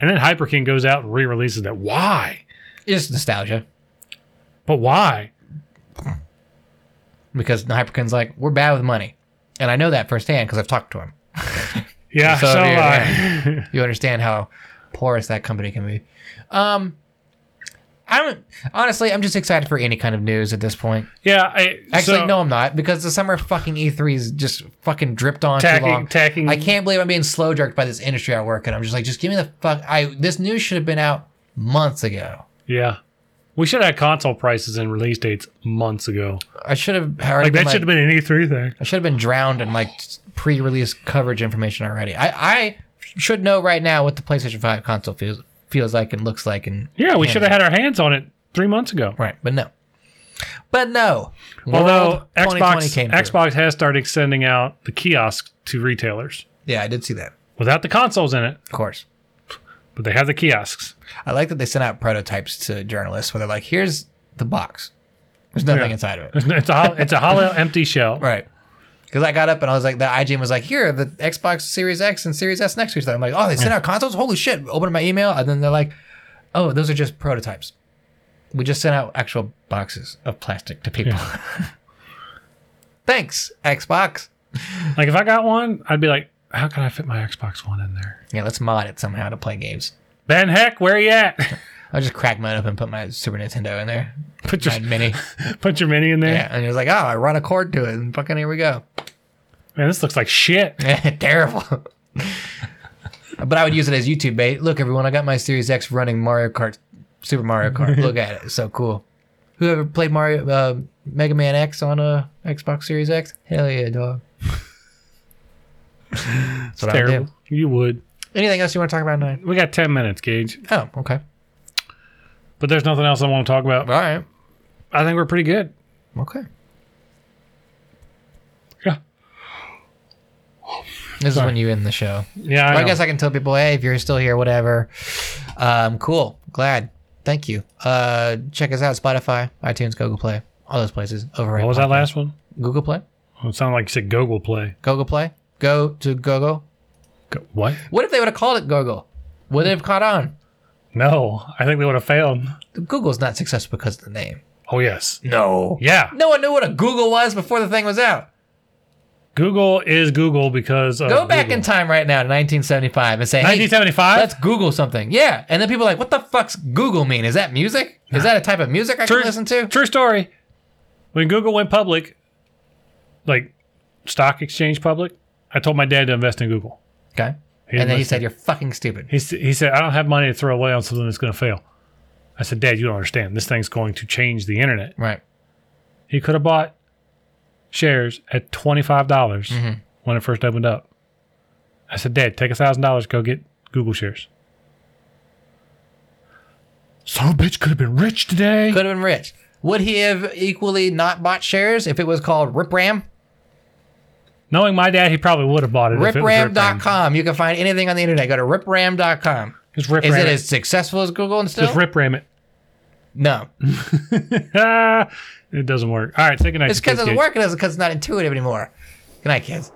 A: And then Hyper King goes out and re-releases that. Why?
B: It's just nostalgia
A: But why?
B: because Hyperkin's like, we're bad with money. And I know that firsthand because I've talked to him.
A: Yeah,
B: So
A: so, uh,
B: do you,
A: I.
B: you understand how porous that company can be. Um, I don't. Honestly, I'm just excited for any kind of news at this point.
A: Yeah, I,
B: Actually,
A: so,
B: no, I'm not because the summer fucking E3 is just fucking dripped on
A: Tacking-
B: too long.
A: tacking-
B: I can't believe I'm being slow jerked by this industry I work in. I'm just like, just give me the fuck. I this news should have been out months ago.
A: Yeah. We should have had console prices and release dates months ago.
B: I should have already
A: Like
B: been,
A: that
B: like-
A: should have been an E3 thing.
B: I should have been drowned in like pre-release coverage information already. I I should know right now what the PlayStation 5 console feels feels like and looks like and
A: Yeah, we
B: Yeah.
A: should have had our hands on it three months ago.
B: right, but no, but no.
A: Although
B: World 2020
A: Xbox
B: through.
A: Xbox has started sending out the kiosks to retailers
B: yeah, I did see that.
A: without the consoles in it,
B: Of course,
A: but they have the kiosks.
B: I like that they sent out prototypes to journalists where they're like, "Here's the box. There's nothing
A: Yeah.
B: inside of it."
A: It's a hol- it's a hollow empty shell.
B: Right. Because I got up and I was like, the IGN was like, here, the Xbox Series X and Series S next week. I'm like, oh, they sent out consoles? Holy shit. Open my email. And then they're like, oh, those are just prototypes. We just sent out actual boxes of plastic to people. Thanks, Xbox.
A: Like if I got one, I'd be like, how can I fit my Xbox One in there?
B: Yeah, let's mod it somehow to play games.
A: Ben Heck, where you at?
B: I'll just crack mine up and put my Super Nintendo in there.
A: put your
B: My mini.
A: put your mini in there.
B: Yeah. And it was like, oh, I run a cord to it. And fucking here we go.
A: Man, this looks like shit.
B: Terrible. but I would use it as YouTube bait. Look, everyone, I got my Series X running Mario Kart, Super Mario Kart. Look at it, it's so cool. Whoever played Mario uh, Mega Man X on a Xbox Series X? Hell yeah, dog. That's what I would do.
A: Terrible. You would.
B: Anything else you want to talk about tonight?
A: We got ten minutes, Gage.
B: Oh, okay.
A: But there's nothing else I want to talk
B: All
A: about.
B: right.
A: I think we're pretty good.
B: Okay.
A: Yeah.
B: This is when you end the show.
A: Yeah, I,
B: Well, I
A: know.
B: guess I can tell people, hey, if you're still here, whatever. Um, cool. Glad. Thank you. Uh, check us out: Spotify, iTunes, Google Play, all those places. Overrated.
A: What was that last one?
B: Google Play.
A: It sounded like you said Google Play.
B: Google Play. Go to Google.
A: Go- what?
B: What if they would have called it Google? Would it have caught on?
A: No, I think they would have failed.
B: Google's not successful because of the name.
A: Oh yes.
B: No.
A: Yeah.
B: No one knew what a Google was before the thing was out.
A: Google is Google because of
B: Go back
A: Google.
B: in time right now to 1975 and say, hey,
A: 1975.
B: let's Google something. Yeah. And then people are like, what the fuck's Google mean? Is that music? Is that a type of music I can listen to?
A: True story. When Google went public, like stock exchange public, I told my dad to invest in Google.
B: Okay.
A: He
B: and then he
A: invested-
B: said, "You're fucking stupid."
A: he, s- he said, I don't have money to throw away on something that's going to fail. I said, Dad, you don't understand. This thing's going to change the internet.
B: Right.
A: He could have bought shares at $25 dollars
B: Mm-hmm.
A: when it first opened up. I said, Dad, take $1,000, go get Google shares. Son of a bitch could have been rich today.
B: Could have been rich. Would he have equally not bought shares if it was called RipRam?
A: Knowing my dad, he probably would have bought it. if it was
B: RipRam.com. You can find anything on the internet. Go to RipRam.com.
A: Just rip
B: Is
A: ram
B: it
A: it.
B: as successful as Google and still?
A: Just rip ram it.
B: no.
A: Ah, it doesn't work. All right, take a night.
B: It's
A: you kids,
B: because it doesn't
A: Gage.
B: work. It doesn't because it's not intuitive anymore. Good night, kids.